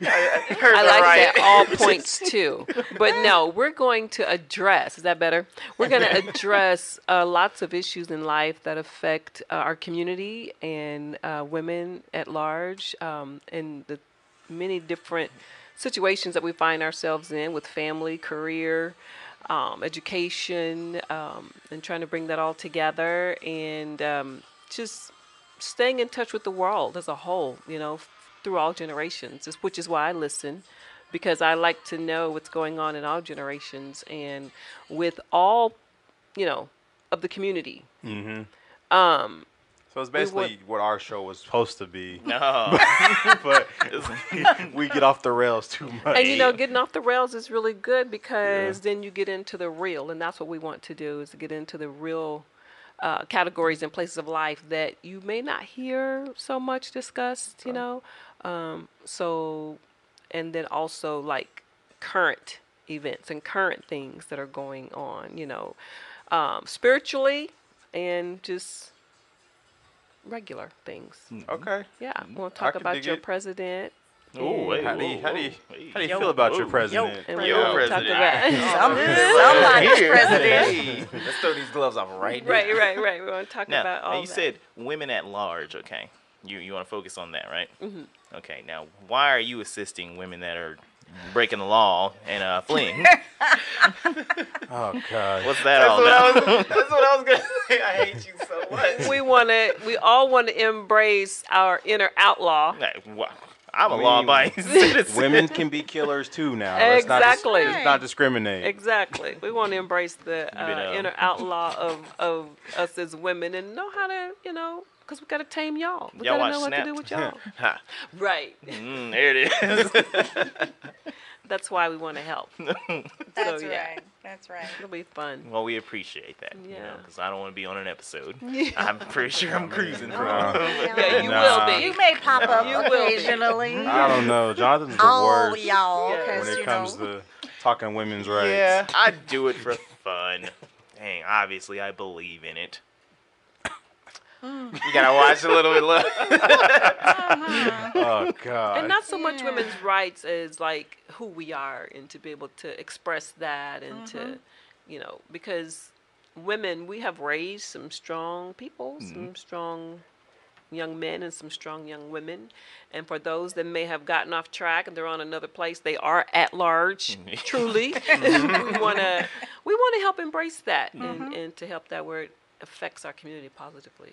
I like that all points too. But no, we're going to address. Is that better? We're going to address uh, lots of issues in life that affect uh, our community and uh, women at large, um, and the many different situations that we find ourselves in with family, career. Um, education um, and trying to bring that all together and um, just staying in touch with the world as a whole, you know, f- through all generations, is- which is why I listen because I like to know what's going on in all generations and with all, you know, of the community.
So it's
wa-
basically what our show was supposed to be,
No.
but we get off the rails too much.
And you know, getting off the rails is really good because then you get into the real, and that's what we want to do is to get into the real uh, categories and places of life that you may not hear so much discussed. You know, um, so and then also like current events and current things that are going on. You know, um, spiritually and just regular things.
okay.
Yeah, we'll talk
Mm. can dig
about your
it.
president.
Oh,
and-
wait.
How do you, how do you,
Hey.
how do you feel about your
Yo.
president?
and
Yo,
we'll talk
president.
about.
Some, somebody's president.
Hey, let's throw these gloves off right now.
Right, right, right. We want to talk
Now,
about all
now you
that.
said women at large, okay? You you want to focus on that, right? Mm-hmm. Okay. Now, why are you assisting women that are breaking the law and uh, fleeing?
Oh God.
What's that all about?
was, that's what I was gonna say. I hate you so much.
we want to. We all want to embrace our inner outlaw.
Like, wha- I'm a
We-
law-abiding citizen.
Women can be killers too now. Let's not dis-
Exactly.
let's not discriminate.
Exactly. We want to embrace the uh,
been, uh,
inner outlaw of of us as women and know how to, you know, because we gotta tame y'all. We
Y'all
gotta
watch
know what to do
Snapped?
with y'all.
Ha.
right.
Mm, there it is.
That's why we want to help.
That's
So, yeah.
right. That's right.
It'll be fun.
well, we appreciate that. Yeah.
Yeah.
Because I don't want to be on an episode. I'm pretty sure I'm cruising.
Yeah, you
Nah.
will be.
You may pop up
You will be.
occasionally.
I don't know. Jonathan's the
Oh,
worst
y'all,
Yes.
because
when it
you
comes
know.
to talking women's rights.
Yeah, I do it for fun. Dang, obviously I believe in it.
You gotta watch a little bit. Look.
Oh God.
and not so much
Yeah.
women's rights as like who we are and to be able to express that and to you know because women we have raised some strong people some strong young men and some strong young women and for those that may have gotten off track and they're on another place they are at large truly we want to we want to help embrace that and, and to help that where it affects our community positively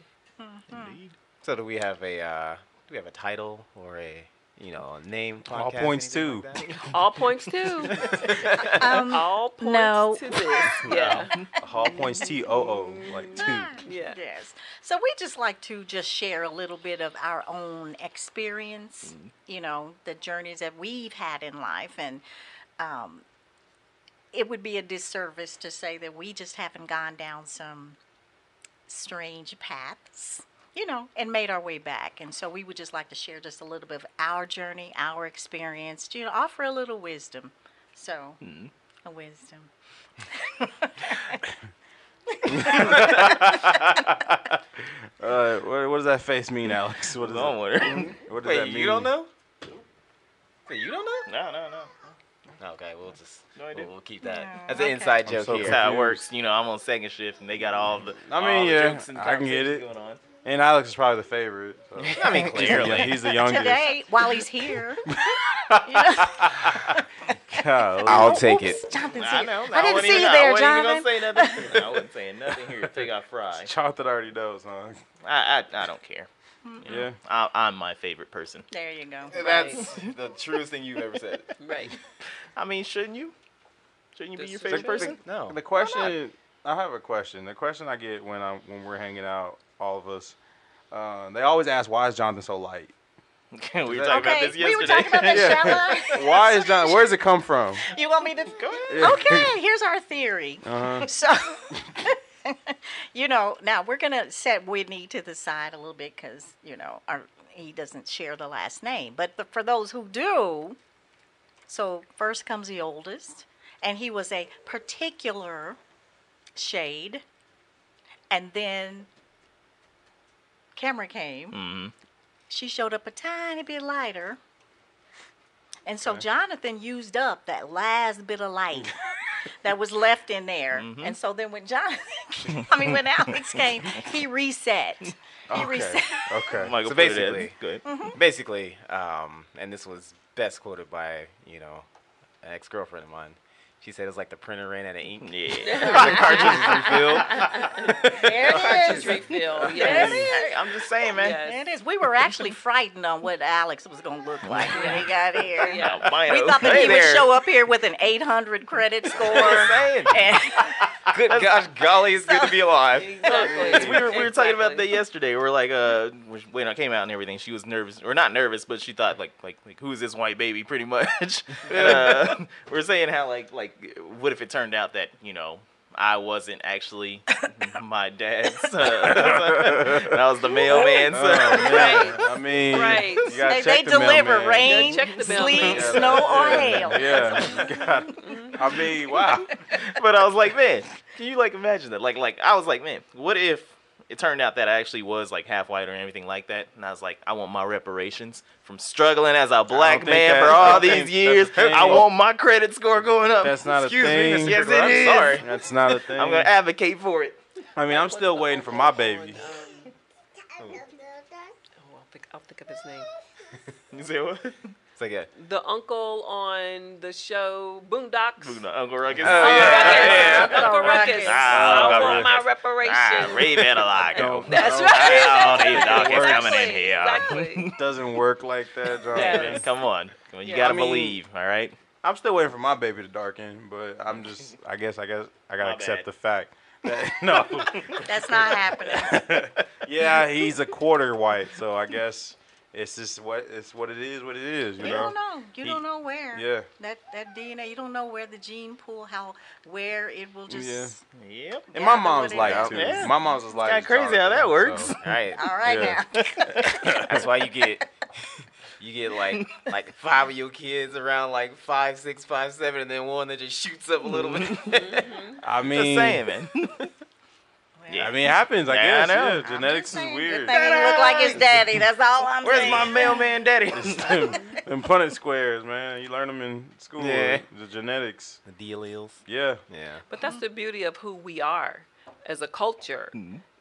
So do we have a uh, do we have a title or a you know a name?
All
podcast,
points
anything
too.
like that?
all points too
Um,
all points
No.
to this yeah
Hall points T O O like two.
yeah
Yes. So we just like to just share a little bit of our own experience, you know, the journeys that we've had in life. And um, it would be a disservice to say that we just haven't gone down some strange paths, you know, and made our way back. And so we would just like to share just a little bit of our journey, our experience, you know, offer a little wisdom. So, a wisdom.
Uh, what, what does that face mean, Alex? What, is
Don't
it?
worry.
what does that
Wait,
mean?
you don't know? Wait, you don't know?
No, no, no.
Okay, we'll just
No idea.
we'll, we'll keep that
No,
as
okay.
an inside joke
so
here.
That's how it
Confused.
works. You know, I'm on second shift and they got all the.
I mean,
all the
yeah,
jokes and
I can get
conversations
it.
Going on.
And Alex is probably the favorite. So.
I mean,
Yeah,
clearly.
he's the youngest.
Today, while he's here.
Golly.
I'll take it.
Jonathan's
I
here.
know.
I didn't
wasn't
see
even,
you there,
I wasn't
Jonathan.
even gonna say nothing. I wasn't saying nothing here. They got fried.
Jonathan already knows, huh?
I, I, I don't care.
Yeah.
I, I'm my favorite person.
There you go.
That's the truest thing you've ever said.
Right.
I mean, shouldn't you? Shouldn't you be
This
your
is
favorite
true.
person?
No.
The question I have a question. The question I get when I when we're hanging out all of us. Uh, they always ask, why is Jonathan so light?
we were talking about
Okay,
this yesterday.
we were talking about that, shall I?
Why is Jonathan, where does it come from?
You want me to?
Yeah.
Okay, here's our theory. So, you know, now we're going to set Whitney to the side a little bit because, you know, our, he doesn't share the last name. But the, for those who do, so first comes the oldest, and he was a particular shade. And then Cameron came. She showed up a tiny bit lighter. And so Jonathan used up that last bit of light that was left in there.
Mm-hmm.
And so then when Jonathan, I mean when Alex came, he reset. He reset.
Okay.
Michael,
So
put it in.
basically-
Go ahead.
Basically, um, and this was best quoted by you know an ex girlfriend of mine. She said it's like the printer ran out of ink.
Mm.
Yeah.
the cartridge is refilled.
There it
Cartridge
is.
refill.
There
Yes.
it is.
I'm just saying, man.
Yes.
There it is. We were actually frightened on what Alex was going to look like when he got here.
Yeah.
We thought that he would show up here with an 800 credit score.
saying.
and
Good gosh, golly, it's good to be alive.
Exactly.
It's- we, were, we were talking about that
Exactly.
yesterday. We were like, uh, when I came out and everything, she was nervous, or not nervous, but she thought like, like, like, who is this white baby? Pretty much. uh, we are saying how like, like, what if it turned out that you know I wasn't actually my dad's, uh, and I was the mailman's. uh,
Oh,
son.
Oh, man. I mean,
Right.
you gotta
they, they
check the
deliver
mailman.
rain,
Yeah, check the
sleet,
mailman.
snow, or hail.
Yeah. God. I mean, wow.
but I was like, man, can you like imagine that? Like, like I was like, man, what if it turned out that I actually was like half white or anything like that? And I was like, I want my reparations from struggling as a black
think
man
that-
for
I
all
don't think
these
that's
years.
a thing.
I want my credit score going up.
That's not a
Excuse
thing.
Me. Yes,
I'm
it is.
sorry. That's not a thing.
I'm gonna advocate for it.
I mean, I'm still waiting for my baby.
Oh, I'll think, I'll think of his name.
You say what?
It's like a
The uncle on the show Boondocks.
Who not? Uncle
Oh,
Ruckus.
Uncle Ruckus.
yeah.
Uncle
Uncle
Ruckus.
Ruckus.
Oh, Ah,
I
Uncle
want my
Ruckus. Ah,
reparations.
Ray Vitiligo.
That's
no,
Ah, all
right.
these doctors coming in
Exactly,
here.
Exactly.
It doesn't work like that, John.
Yes.
Come on, Come on. you
Yeah.
gotta
I mean-
believe. All right.
I'm still waiting for my baby to darken, but I'm just. I guess. I guess. I gotta
My
accept
bad.
the fact that no.
That's not happening.
yeah, he's a quarter white, so I guess it's just what it's what it is. What it is, you
You
know.
don't know. You
He-
don't know where.
yeah.
That that DNA. You don't know where the gene pool. How where it will just.
Yeah.
Yep.
And
Yeah,
my
but
mom's
what it
like
is.
too.
Yeah.
My mom's is like.
Kinda crazy how that works.
all right.
All right
Yeah.
now.
That's why you get you get like like five of your kids around like five, six, five, seven, and then one that just shoots up a little bit.
Mm-hmm.
I mean,
Just saying, man.
Well,
Yeah.
I mean, it happens. I
Yeah, I
guess.
know.
Yeah,
I'm
genetics
just saying,
is
good
weird.
Thing he look like his daddy. That's all I'm
Where's
saying.
my mailman daddy?
them Punnett squares, man. You learn them in school.
Yeah.
The genetics.
the dealils.
Yeah.
Yeah.
But that's
Uh-huh.
the beauty of who we are as a culture.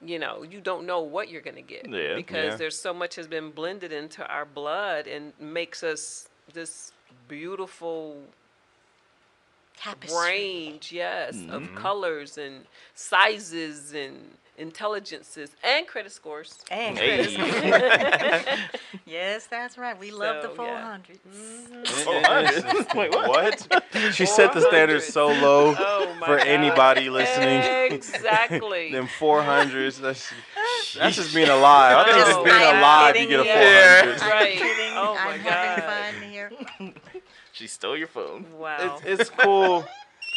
You know, you don't know what you're going to get
Yeah.
because
Mm-hmm. Yeah.
there's so much has been blended into our blood and makes us this beautiful
Tapestry.
range, yes,
Mm-hmm.
of colors and sizes and intelligences and credit scores.
And Chris.
Hey.
Yes, that's right. We love the
So,
four
yeah. Mm-hmm.
hundreds.
Wait, what?
She set the standard so low
Oh my
for
God.
anybody listening.
Exactly.
Them 400s. That's, that's just being alive. I think
Just
just being
I'm
alive, you
kidding
get a 400.
you. I'm
Oh Right.
kidding.
Oh my
I'm
God.
having fun here.
She stole your phone.
wow.
It's, it's cool.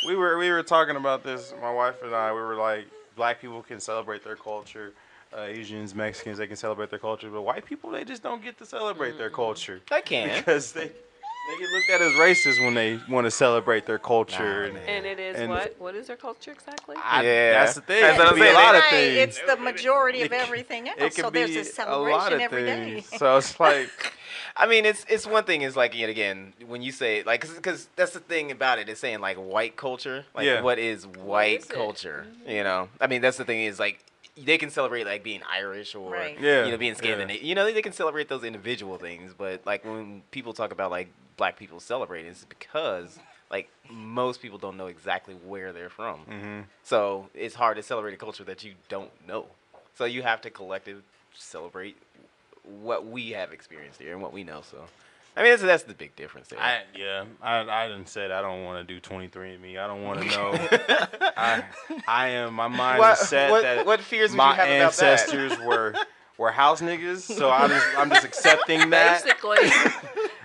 We were we were talking about this. My wife and I. We were like, black people can celebrate their culture. Uh, Asians, Mexicans, they can celebrate their culture, but white people they just don't get to celebrate their culture.
I can.
because they they get looked at as racist when they want to celebrate their culture.
Nah, man.
and it is
and-
what? What is their culture exactly?
I-
Yeah.
that's the thing.
That's
it
what I'm
can be a
saying.
lot of
Right,
things.
It's the majority of
It c-
everything
it
else.
can
So
be
there's a
a lot
celebration
of
every day.
things. So it's like,
I mean, it's it's one thing is like yet again when you say like because that's the thing about it is saying like white culture like
Yeah.
what is white
is it?
culture you know I mean that's the thing is like they can celebrate like being Irish or
Right.
Yeah,
you know being
yeah.
Scandinavian you know they, they can celebrate those individual things but like when people talk about like black people celebrating it's because like most people don't know exactly where they're from
mm-hmm.
so it's hard to celebrate a culture that you don't know so you have to collectively celebrate what we have experienced here and what we know. So I mean, that's, that's the big difference there.
I, yeah, I, I didn't said I don't want to do 23andMe. I don't want to know. I, I am. My mind
What-
is set
what-
that
what fears would
my
you have about that?
ancestors were were house niggas. So I'm just, I'm just accepting that.
Basically,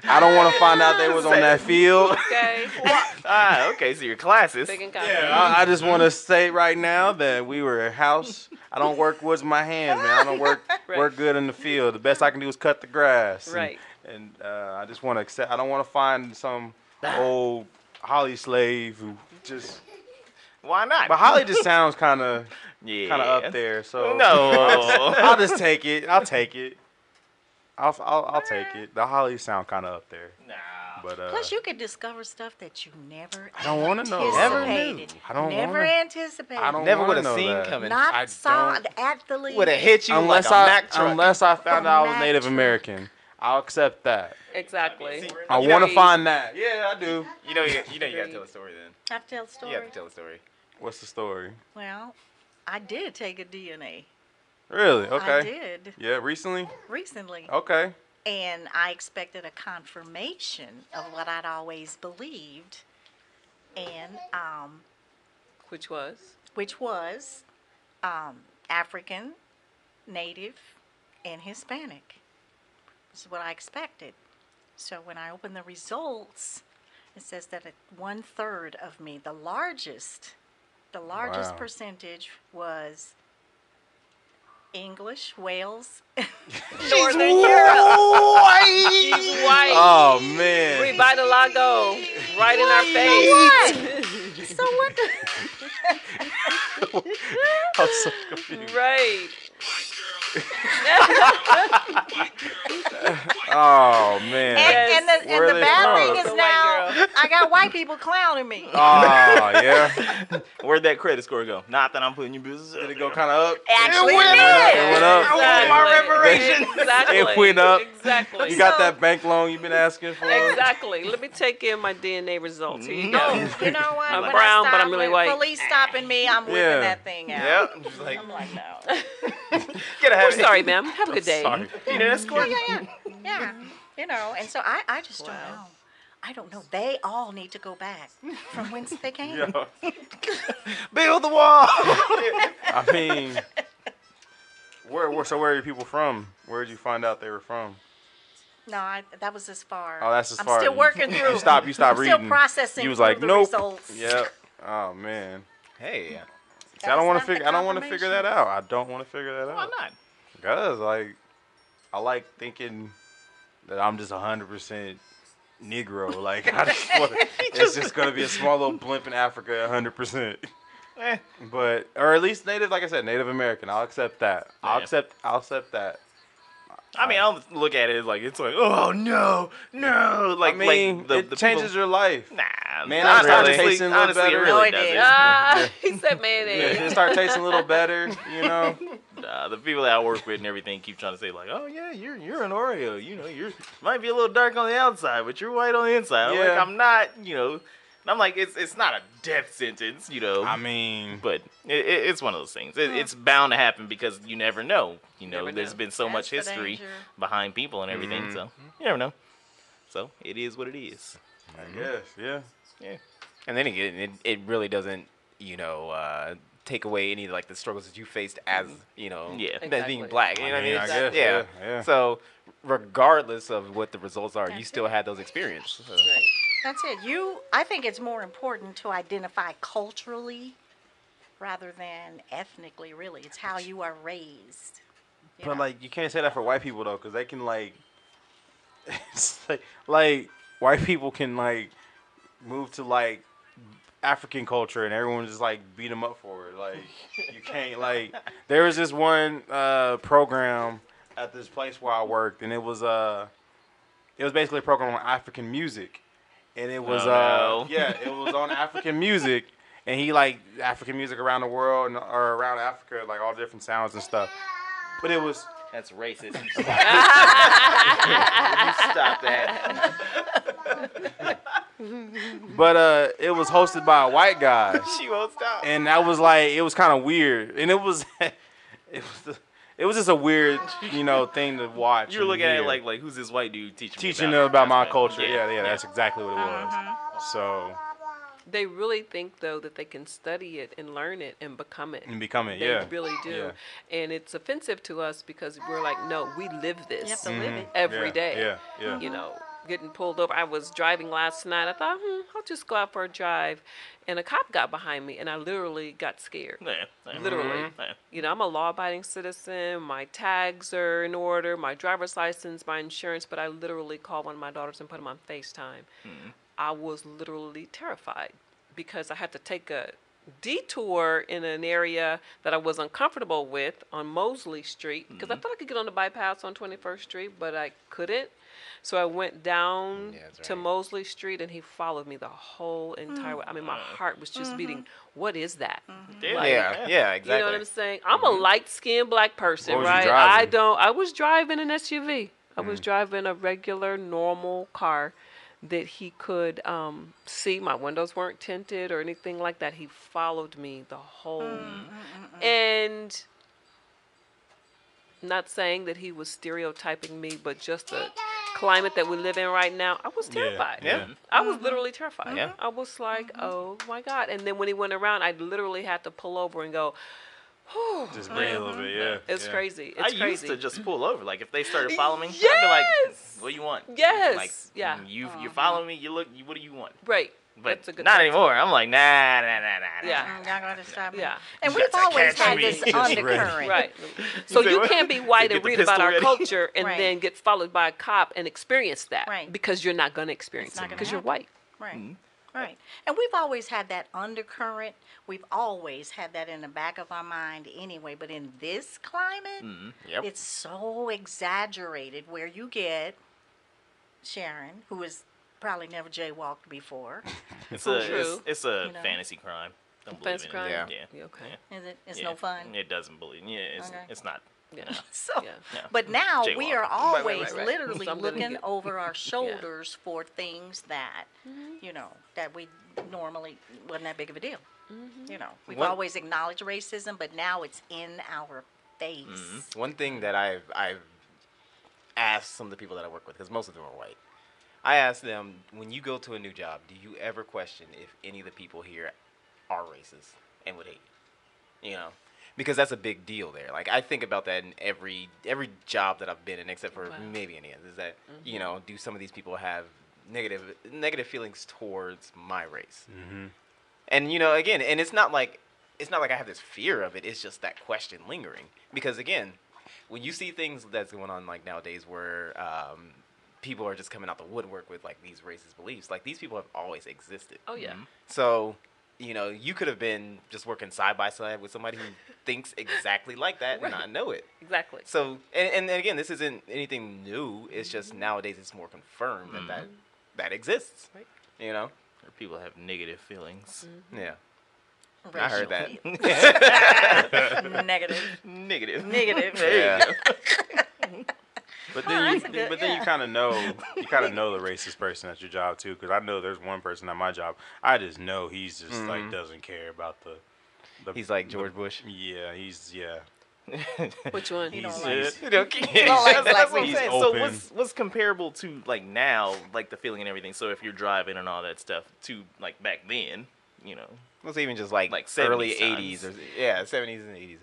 I don't want to find out they was on that field.
okay.
ah, okay. So your classes.
Second
I, I just want to say right now that we were at house. I don't work with my hands, man. I don't work
Right.
work good in the field. The best I can do is cut the grass. and-
Right.
And, uh, I just want to accept. I don't want to find some old Holly slave who just.
Why not?
But Holly just sounds kind of
yeah.
kind of up there. So
No.
I'll just take it. I'll take it. I'll I'll, I'll take it. The Holly sound kind of up there. But uh,
Plus, you could discover stuff that you never
I don't want to know.
Never knew.
anticipated.
I don't
Never
wanna-
anticipated.
I don't
Never
wanna
would have
know
seen
that.
coming.
Not
I
saw
don't-
at the league.
would have hit you
unless
like a
I
Mack truck.
unless I found
A
out I was
Mack
Native
truck.
American, I'll accept that.
Exactly.
I
You
want
know,
to find that. Yeah, I do.
you know, you, you know, you gotta tell a story then.
I have to tell the story.
You have to tell a story.
What's the story?
Well, I did take a DNA.
Really? Okay. Oh.
I did
Yeah, recently.
recently.
Okay.
And I expected a confirmation of what I'd always believed, and um,
Which was?
which was um, African, Native, and Hispanic. This is what I expected. So when I opened the results, it says that one third of me, the largest, the largest
Wow.
percentage was English, Wales,
Northern Europe. She's white.
Oh man.
Revitalago. Right in our face.
so what? The,
I'm so confused.
Right.
Oh man.
and, and the,
Where
and
they
the bad
from?
thing
The
is
white
now
girl.
I got white people clowning me.
Oh yeah.
Where'd that credit score go? Not that I'm putting your business.
Did it go kind of up?
Actually,
went
it
up,
did.
it went up.
I want my
Exactly.
reparations.
Exactly.
It went up.
Exactly.
You got
So-
that bank loan you've been asking for?
Exactly. Let me take in my DNA results. Here you
Oh,
go.
you know what?
I'm
When I
brown, but
stop,
I'm really
when
white.
Police stopping me, I'm whipping
Yeah.
that thing out.
Yeah. Just like,
I'm like, no.
gotta
We're
have it.
sorry, ma'am. Have a good day.
Sorry.
You know, that's cool.
yeah, yeah, yeah. yeah. You know, and so I, I just don't know. I don't know. They all need to go back from whence they came.
Yo,
Build the wall.
I mean, where, where? So where are your people from? Where did you find out they were from?
No, I, that was as far.
Oh, that's as
I'm
far.
still
You-
working through.
You stop. You stop
I'm
reading.
Still processing.
You was
through
like,
the
nope.
Results.
Yep. Oh man.
Hey, yeah.
See, I don't
That's
want
not
to
the
figure. I don't want to figure that out.
confirmation.
I don't want to figure that
Why
out.
not?
Cause like, I like thinking that I'm just hundred percent Negro. Like I just want. it's just gonna be a small little blimp in Africa, hundred percent.
Eh.
But or at least Native, like I said, Native American. I'll accept that. I'll
Yeah.
accept. I'll accept that.
I mean, I'll look at it like it's like, oh no, no, like
I mean,
like the,
it
the
changes
People,
your life.
nah,
Man,
honestly,
I started
honestly,
tasting a little
honestly, it
better.
No,
really
it didn't.
doesn't.
Ah, he said mayonnaise.
It start tasting a little better, you know.
Nah, the people that I work with and everything keep trying to say like, oh yeah, you're you're an Oreo. You know, you're might be a little dark on the outside, but you're white on the inside. I'm
Yeah.
like I'm not, you know. And I'm like, it's it's not a death sentence, you know.
I mean,
but it, it, it's one of those things. It, It's bound to happen because you never know. You know,
never
there's
know.
been so
That's
much
the
history
danger.
behind people and everything, so you never know. So it is what it is.
I guess, yeah.
And then again, it, it really doesn't, you know, uh, take away any like the struggles that you faced as, you know,
Mm-hmm. Yeah.
that being
Exactly.
black. You know
I mean,
what I
I
mean? It's-
guess, yeah, yeah.
So, regardless of what the results are, you
That's
still had those experiences. So.
Right.
That's it. You, I think it's more important to identify culturally rather than ethnically. Really, it's how you are raised. you
But
know?
like, you can't say that for white people though, because they can like, it's like, like white people can like move to like African culture, and everyone just like beat them up for it. Like, you can't like. There was this one uh, program at this place where I worked, and it was uh, it was basically a program on African music, and it was
Oh,
uh,
no.
yeah, it was on African music. And he like African music around the world and, or around Africa, like all different sounds and stuff. But it was
That's racist. you stop that.
But uh, it was hosted by a white guy,
She won't stop.
and that was like it was kind of weird, and it was, it was, the- it it was just a weird, you know, thing to watch.
You were
and
looking at it
hear.
like, like who's this white dude teaching? me
teaching
about,
them about my
That's right.
culture. Yeah, yeah, that's exactly what it was.
Uh-huh.
So
They really think though that they can study it and learn it and become it.
and become it,
They
yeah.
really do.
Yeah.
And it's offensive to us because we're like, no, we live this
have to live it.
every
Mm-hmm. Yeah,
day.
yeah, yeah.
You know, getting pulled over. I was driving last night. I thought, hmm, I'll just go out for a drive. And a cop got behind me and I literally got scared.
Yeah, yeah. Mm-hmm.
Literally.
Yeah.
You know, I'm a law abiding citizen. My tags are in order, my driver's license, my insurance, but I literally called one of my daughters and put them on FaceTime.
Hmm.
I was literally terrified because I had to take a detour in an area that I was uncomfortable with on Mosley Street because
Hmm.
I thought I could get on the bypass on 21st Street, but I couldn't. So I went down
Mm, Yeah, that's
to
right. Mm.
Mosley Street and he followed me the whole entire way. I mean, my heart was just beating. What is that?
Yeah.
Yeah, yeah, exactly.
You know what I'm saying? I'm a light skinned black person,
What was you
right?
driving?
I don't I was driving an SUV. I was driving a regular normal car that he could um, see. My windows weren't tinted or anything like that. He followed me the whole and not saying that he was stereotyping me, but just the climate that we live in right now, I was terrified.
Yeah.
I was literally terrified.
Yeah.
I was like, oh my God. And then when he went around, I literally had to pull over and go, whew,
Just breathe a little bit, yeah.
it's
yeah.
crazy.
I
It's
used
crazy.
to just pull over. Like if they started following me, I'd be like,
Yes!
"What do you want?"
Yes,
Like,
yeah.
You you following me? You look. You, what do you want?
right.
But
That's a good
not
point.
anymore. I'm like, nah, nah, nah, nah. nah.
Yeah.
I'm not going to stop. me.
Yeah.
And we've
gotta
always
catch
had
me.
this
Just
undercurrent.
Right. So
say
you
what?
can't be white
Get
and
the
read about
pistol
our
ready.
culture and
Right.
then get followed by a cop and experience that
Right.
because you're not going to experience
It's not
it
gonna
because you're
happen.
white.
Right.
Mm-hmm.
Right. And we've always had that undercurrent. We've always had that in the back of our mind anyway. But in this climate,
Mm-hmm. Yep.
it's so exaggerated where you get Sharon, who has probably never jaywalked before.
It's a it's,
True.
it's a
You know.
fantasy crime. Don't believe
Offense
in it.
crime.
Yeah.
Yeah.
Okay.
Yeah.
Is it? It's
Yeah.
no fun.
It doesn't believe. Yeah. It's
Okay.
it's not.
Yeah.
So,
Yeah.
Yeah.
but now we are always
right.
literally
Something to
looking
get-
over our shoulders for things that,
Mm-hmm.
you know, that we normally wasn't that big of a deal.
Mm-hmm.
You know, we've
One-
always acknowledged racism, but now it's in our face.
One thing that I've I've asked some of the people that I work with, because most of them are white. I asked them, when you go to a new job, do you ever question if any of the people here are racist and would hate you? You know, because that's a big deal there. Like I think about that in every every job that I've been in, except for
Wow.
maybe Indians. Is that you know, do some of these people have negative negative feelings towards my race? and you know again and it's not like it's not like i have this fear of it it's just that question lingering because again when you see things that's going on like nowadays where um, people are just coming out the woodwork with like these racist beliefs like these people have always existed
Oh, yeah.
Mm-hmm.
so you know you could have been just working side by side with somebody who thinks exactly like that and not know it
Exactly.
so and, and again this isn't anything new it's
Mm-hmm.
just nowadays it's more confirmed that, that that exists you know
Or people have negative feelings.
Mm-hmm.
yeah
Racial
heard that.
feel- negative.
Negative.
Negative.
yeah
But
Oh,
then you,
that's a good-
but then
yeah.
you kind of know, you kind of know the racist person at your job too, because I know there's one person at my job. I just know he's just like doesn't care about the. the
he's like george bush
Yeah, he's yeah.
Which one?
He's,
You don't
he's,
like-
You
know,
like black
what I'm
people.
saying.
He's
So
open.
what's what's comparable to like now, like the feeling and everything. So if you're driving and all that stuff, to like back then, you know,
Let's even just like,
Like
early
70s
80s or yeah, 70s and 80s.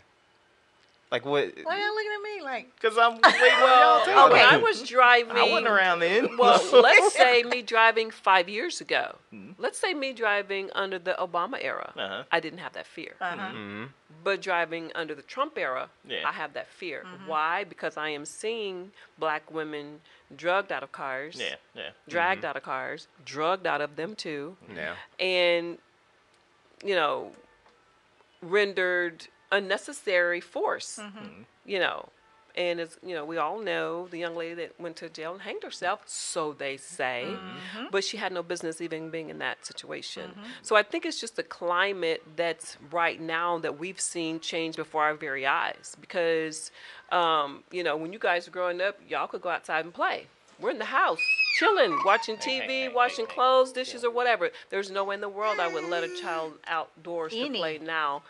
Like what?
Why y'all looking at me like?
because I'm way well,
Oh, when
Okay.
I was driving.
I wasn't around then.
Well, let's say me driving five years ago. Let's say me driving under the Obama era.
Hmm. Uh-huh. Mm-hmm.
I didn't have that fear.
Uh-huh.
But driving under the Trump era,
Yeah.
I have that fear. Why? Because I am seeing black women drugged out of cars,
yeah, yeah.
dragged out of cars, drugged out of them too,
Yeah.
and, you know, rendered unnecessary force,
Mm-hmm.
you know. And as you know, we all know the young lady that went to jail and hanged herself, so they say,
Mm-hmm.
but she had no business even being in that situation. So I think it's just the climate that's right now that we've seen change before our very eyes. Because, um, you know, when you guys were growing up, y'all could go outside and play. We're in the house, chilling, watching TV,
hey, hey,
washing
hey.
clothes, dishes, or whatever. There's no way in the world I would let a child outdoors to
Any.
play now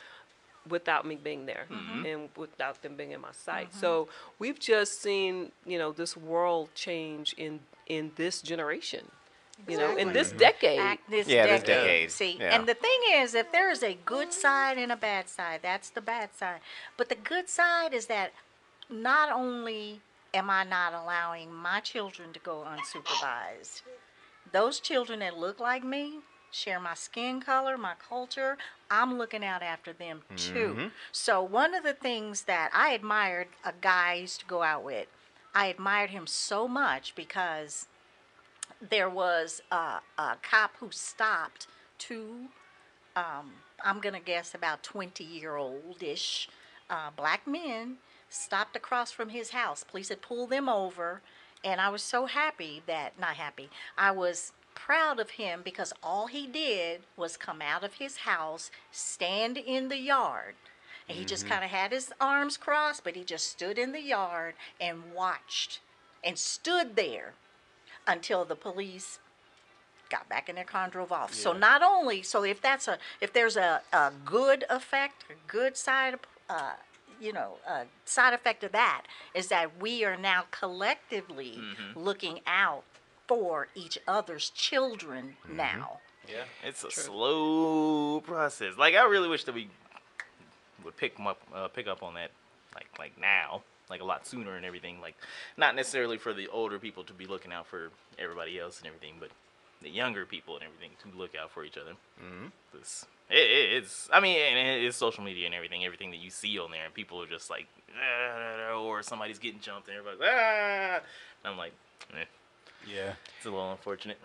without me being there and without them being in my sight. So we've just seen, you know, this world change in in this generation, you know, in this decade.
act this
Yeah, this
decade.
decade.
See,
Yeah.
and the thing is, if there is a good side and a bad side, that's the bad side. But the good side is that not only am I not allowing my children to go unsupervised, those children that look like me share my skin color, my culture. I'm looking out after them too.
Mm-hmm.
So one of the things that I admired a guy I used to go out with, I admired him so much because there was a, a cop who stopped two, um, I'm going to guess about 20 year oldish uh, black men, stopped across from his house. Police had pulled them over, and I was so happy that, not happy, I was proud of him because all he did was come out of his house, stand in the yard. And he just kind of had his arms crossed, but he just stood in the yard and watched and stood there until the police got back in their car and drove off. So not only, so if that's a, if there's a, a good effect, a good side, of, uh, you know, a side effect of that is that we are now collectively
Mm-hmm.
looking out for each other's children
Mm-hmm.
now.
Yeah, it's a slow process. Like I really wish that we would pick 'em up, uh, pick up on that, like like now, like a lot sooner and everything. Like not necessarily for the older people to be looking out for everybody else and everything, but the younger people and everything to look out for each other. Mm-hmm. This it, it- it's I mean and it- it's social media and everything, everything that you see on there, and people are just like, "Ah," or somebody's getting jumped and everybody's ah. And I'm like, eh,
Yeah.
it's a little unfortunate.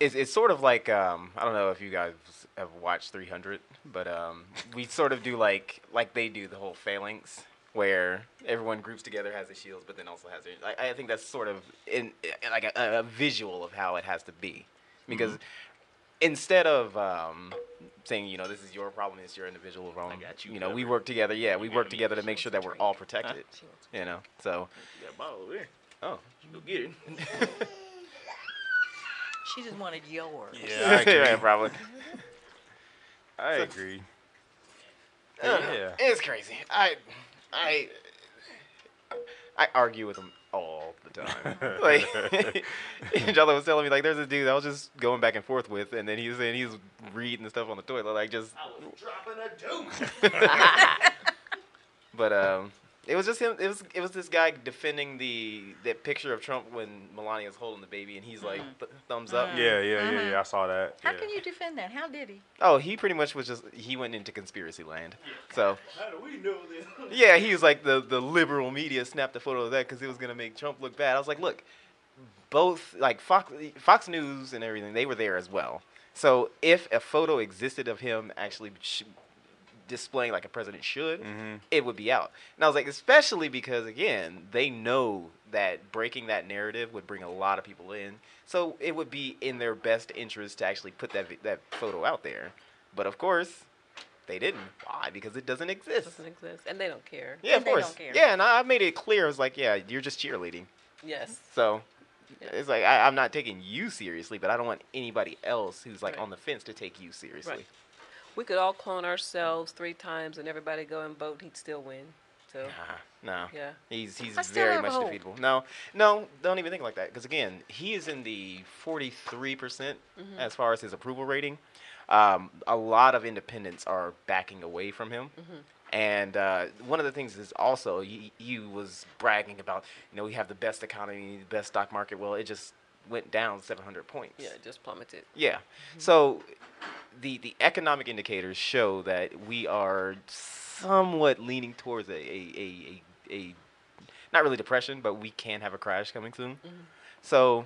it's, it's sort of like um, I don't know if you guys have watched 300, but um, we sort of do like like they do the whole phalanx where everyone groups together has their shields, but then also has their. I, I think that's sort of in like a, a visual of how it has to be, because instead of um, saying you know this is your problem, it's your individual problem.
got you
You know we
covered.
work together. Yeah, we
got
work
me.
together to make sure that we're all protected. You know, so
You got a ball over there.
oh.
Go get it.
She just wanted yours.
Yeah, I agree.
Yeah, probably.
I agree. Yeah.
Uh, It's crazy. I, I, I argue with him all the time. like, Jalo was telling me, like, there's a dude I was just going back and forth with, and then he was saying he was reading the stuff on the toilet, like, just.
I was dropping a deuce.
But um, it was just him. It was it was this guy defending the that picture of Trump when Melania was holding the baby, and he's like th- thumbs up.
Mm-hmm. Yeah, yeah, yeah, yeah. I saw that.
Mm-hmm. How
yeah.
can you defend that? How did he?
Oh, he pretty much was just he went into conspiracy land. So
How do we know this?
Yeah, he was like the the liberal media snapped a photo of that because it was gonna make Trump look bad. I was like, look, both like Fox Fox News and everything they were there as well. So if a photo existed of him actually sh- displaying like a president should, it would be out. And I was like, especially because again they know that breaking that narrative would bring a lot of people in, so it would be in their best interest to actually put that vi- that photo out there. But of course, they didn't. Why? Because it doesn't exist.
doesn't exist, and they don't care.
Yeah,
And
of
they don't
course.
care.
Yeah, and I I made it clear. I was like, yeah, you're just cheerleading.
Yes.
So
Yeah.
it's like I, I'm not taking you seriously, but I don't want anybody else who's like
Right.
on the fence to take you seriously.
Right. We could all clone ourselves three times, and everybody go and vote. He'd still win. So
Nah, no.
yeah.
He's he's
I still
very
have
much
hope.
defeatable. No, no, don't even think like that. Because again, he is in the 43 percent as far as his approval rating. Um, a lot of independents are backing away from him. And uh, one of the things is also you, you was bragging about. You know, we have the best economy, the best stock market. Well, it just went down 700 points.
Yeah, it just plummeted.
Yeah. So the the economic indicators show that we are somewhat leaning towards a a, a, a, a not really depression, but we can have a crash coming soon. So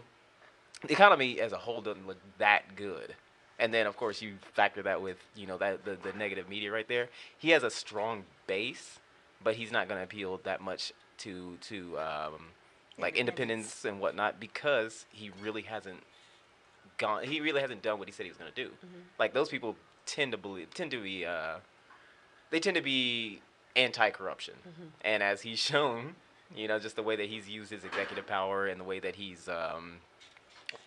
the economy as a whole doesn't look that good. And then of course you factor that with, you know, that the, the negative media right there. He has a strong base, but he's not gonna appeal that much to to um, like independence and whatnot because he really hasn't gone. He really hasn't done what he said he was going to do. Like those people tend to believe, tend to be, uh, they tend to be anti-corruption,
Mm-hmm.
and as he's shown, you know, just the way that he's used his executive power and the way that he's, um,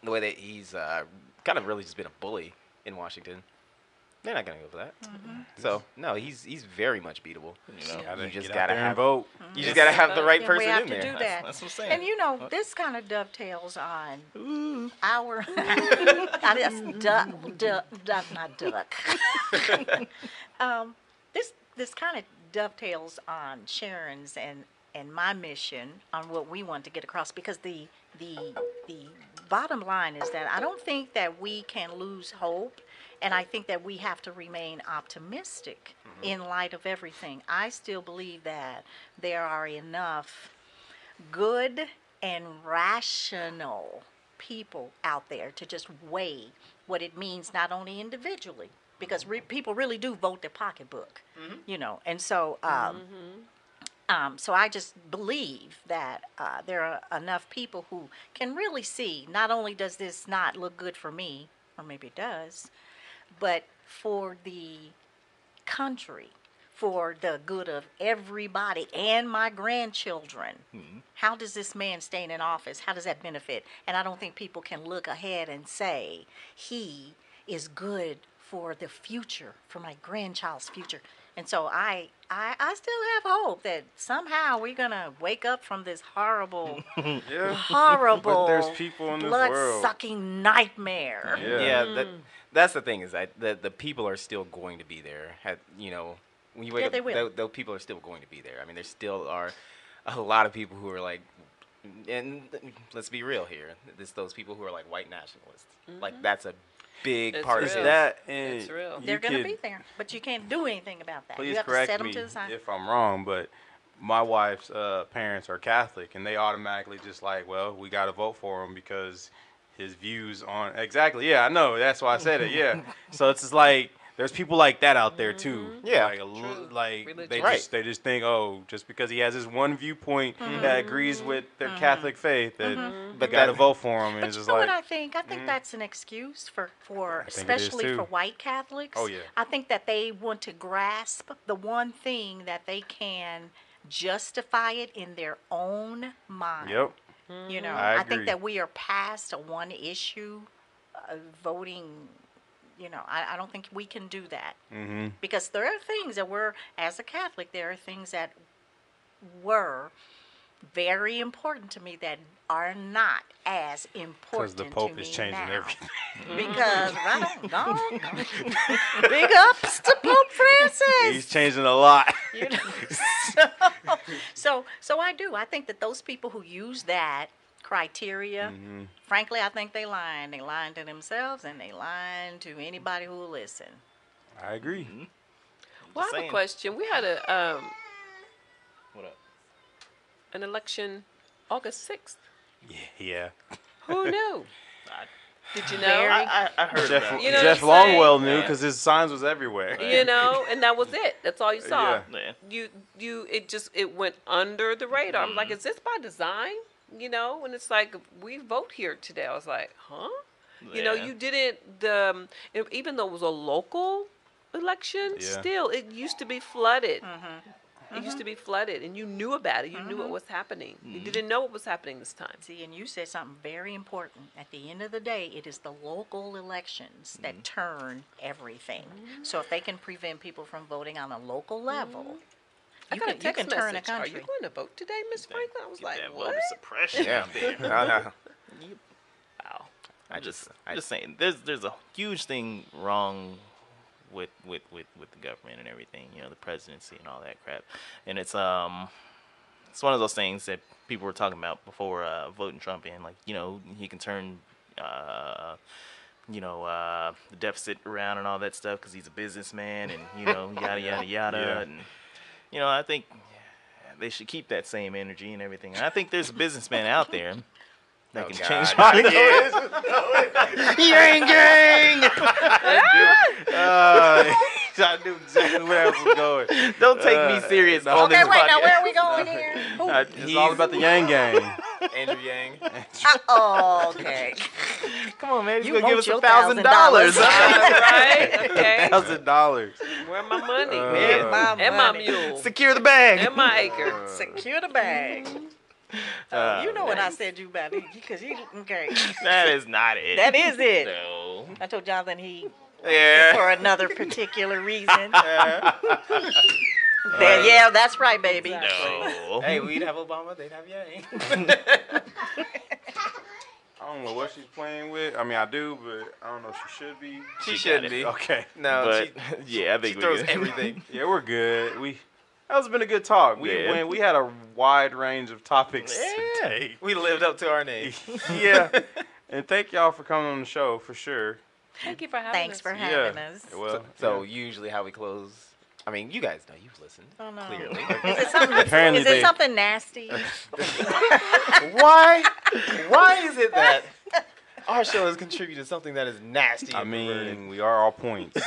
the way that he's uh, kind of really just been a bully in Washington. They're not gonna go for that.
Mm-hmm.
So no, he's he's very much beatable. You know, you just gotta
Get out there and
have
vote.
Mm-hmm.
you just gotta have the right
Then we
person
have
in
to
there.
do that.
That's what I'm saying.
And you know, this kind of dovetails on
Ooh.
our. Now, that's duck, duck, duck, not duck. um, this this kind of dovetails on Sharon's and and my mission on what we want to get across because the the the bottom line is that I don't think that we can lose hope and I think that we have to remain optimistic
Mm-hmm.
in light of everything. I still believe that there are enough good and rational people out there to just weigh what it means not only individually because re- people really do vote their pocketbook you know and so um, um, so i just believe that uh, there are enough people who can really see not only does this not look good for me or maybe it does but for the country for the good of everybody and my grandchildren. How does this man staying in office? How does that benefit? And I don't think people can look ahead and say he is good for the future, for my grandchild's future. And so I, I, I still have hope that somehow we're gonna wake up from this horrible, horrible,
But there's people in this world.
blood-sucking nightmare.
Yeah, that,
Hmm.
that's the thing is that the, the people are still going to be there. Had- you know, when you wake
Yeah,
up,
they will.
tho- tho- people are still going to be there. I mean, there still are a lot of people who are like, and let's be real here. It's those people who are like white nationalists.
Mm-hmm.
Like that's a big
It's
part
real.
of that.
That and
It's real.
you
They're gonna
could-
be there, but you can't do anything about that.
Please
you have to
correct
set them
me
to the side.
if I'm wrong, but my wife's uh, parents are Catholic, and they automatically just like, well, we got to vote for him because his views on exactly. Yeah, I know. That's why I said it. Yeah. so it's just like there's people like that out there too.
Mm-hmm.
Yeah.
Like, a l-
True.
like they
Religion.
Right.
just they just think, oh, just because he has this one viewpoint that agrees with their Catholic faith, that
But
got to
that-
vote for him. And
Mm-hmm. But
it's
you
just
know
like, Mm.
what I think? I think that's an excuse for,
I
for
think it is
especially for
too.
white Catholics.
Oh, yeah.
I think that they want to grasp the one thing that they can justify it in their own mind.
yep.
You know,
I
think
agree.
that we are past a one issue uh, voting. You know, I, I don't think we can do that
Mm-hmm.
because there are things that were as a catholic there are things that were very important to me that are not as
Because
important
the Pope
to
is
me
changing
now.
everything.
because right on, gone. big ups to pope francis
He's changing a lot.
you know? so, so so i do i think that those people who use that criteria frankly i think they lying they lying to themselves and they lying to anybody who will listen
I agree.
Well, I have a
saying.
question. We had a um,
What up?
an election August 6th.
Yeah. Yeah.
Who knew? Did you know?
I, I, I heard
Jeff,
about
You know what
Jeff
I'm saying?
Longwell knew
Yeah.
because his signs was everywhere.
you know, and that was it. That's all you saw.
Yeah.
Yeah.
You you it just it went under the radar. I'm
Mm-hmm.
like, is this by design? You know, and it's like we vote here today. I was like, huh? You know,
Yeah.
you didn't the um, it- even though it was a local election,
Yeah.
still it used to be flooded.
Mm-hmm.
It used to be flooded, and you knew about it. You knew what was happening. You
Mm-hmm.
didn't know what was happening this time.
See, and you said something very important. At the end of the day, it is the local elections that turn everything. So if they can prevent people from voting on a local
Mm-hmm.
level,
I
you
got
can,
a
you
text
can turn a
message. Are you
country.
going to vote today, Miss Franklin? I was
Get
like,
that
what?
voter suppression
Yeah,
out there.
No, no.
Wow.
I
I'm just,
just, I,
I'm just saying, there's there's a huge thing wrong with with with with the government and everything. You know, the presidency and all that crap. And it's um, it's one of those things that people were talking about before uh, voting Trump in. Like, you know, he can turn. Uh, you know uh, the deficit around and all that stuff because he's a businessman and you know yada yada yada
Yeah.
and you know I think they should keep that same energy and everything and I think there's a businessman out there that
Oh,
can
God.
change my
Yang gang.
Uh, I knew exactly where I was going.
Don't take me serious on
Okay,
this
wait, now
podcast.
where are we going here? Who-
It's all about the Yang Gang.
Andrew Yang.
Oh, okay.
Come on, man. He's
You
gonna give
want
us
your
a thousand dollars.
right? Okay.
Thousand dollars.
Where my money?
Uh, Where
my
and my mule.
Secure the bag.
and my acre.
Secure the bag.
Mm.
Oh, you know what I said you about because he okay.
Uh, that is not it.
That is it.
no.
I told Jonathan he
Yeah.
for another particular reason. Then, yeah, that's right, baby.
No.
Hey, we'd have Obama, they'd have Yang.
I don't know what she's playing with. I mean, I do, but I don't know if she should be.
She,
She got
shouldn't
it.
be.
Okay.
No,
But
she,
yeah, I
she
think we
throws
good.
everything.
Yeah, we're good. We that was been a good talk. We
Yeah.
went, we had a wide range of topics.
Yeah.
We lived up to our name.
yeah. And thank y'all for coming on the show for sure.
Thank you for having
Thanks
us.
for having
yeah.
us.
Well,
So usually how we close. I mean, you guys know you've listened.
Oh, no.
Clearly.
Is it something,
Apparently
is it
they-
something nasty?
Why? Why is it that our show has contributed something that is nasty?
I
and perverted?
mean, we are all points.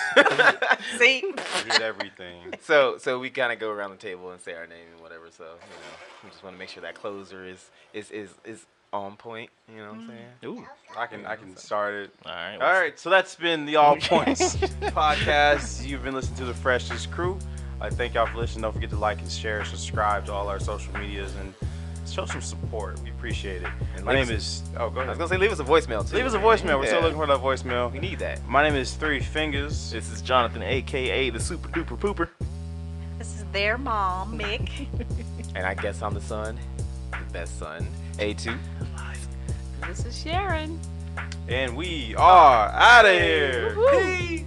See?
we did everything.
so so we kind of go around the table and say our name and whatever. So you know, we just want to make sure that closer is is is is on point. You know what I'm
Mm.
saying?
Ooh.
I can I can start it.
All right.
All right, so that's been the All Points podcast. You've been listening to the Freshest Crew. I thank y'all for listening. Don't forget to like and share, subscribe to all our social medias, and show some support. We appreciate it.
And
My
leave
name is. Oh, go
I was
ahead.
gonna say leave us a voicemail too.
Leave us a voicemail. We're still
Yeah.
looking for that voicemail.
We need that.
My name is Three Fingers.
This is Jonathan, aka the Super Duper Pooper.
This is their mom, Mick.
And I guess I'm the son, the best son. A2.
This is Sharon.
And we are out of here.
Woo.
Peace.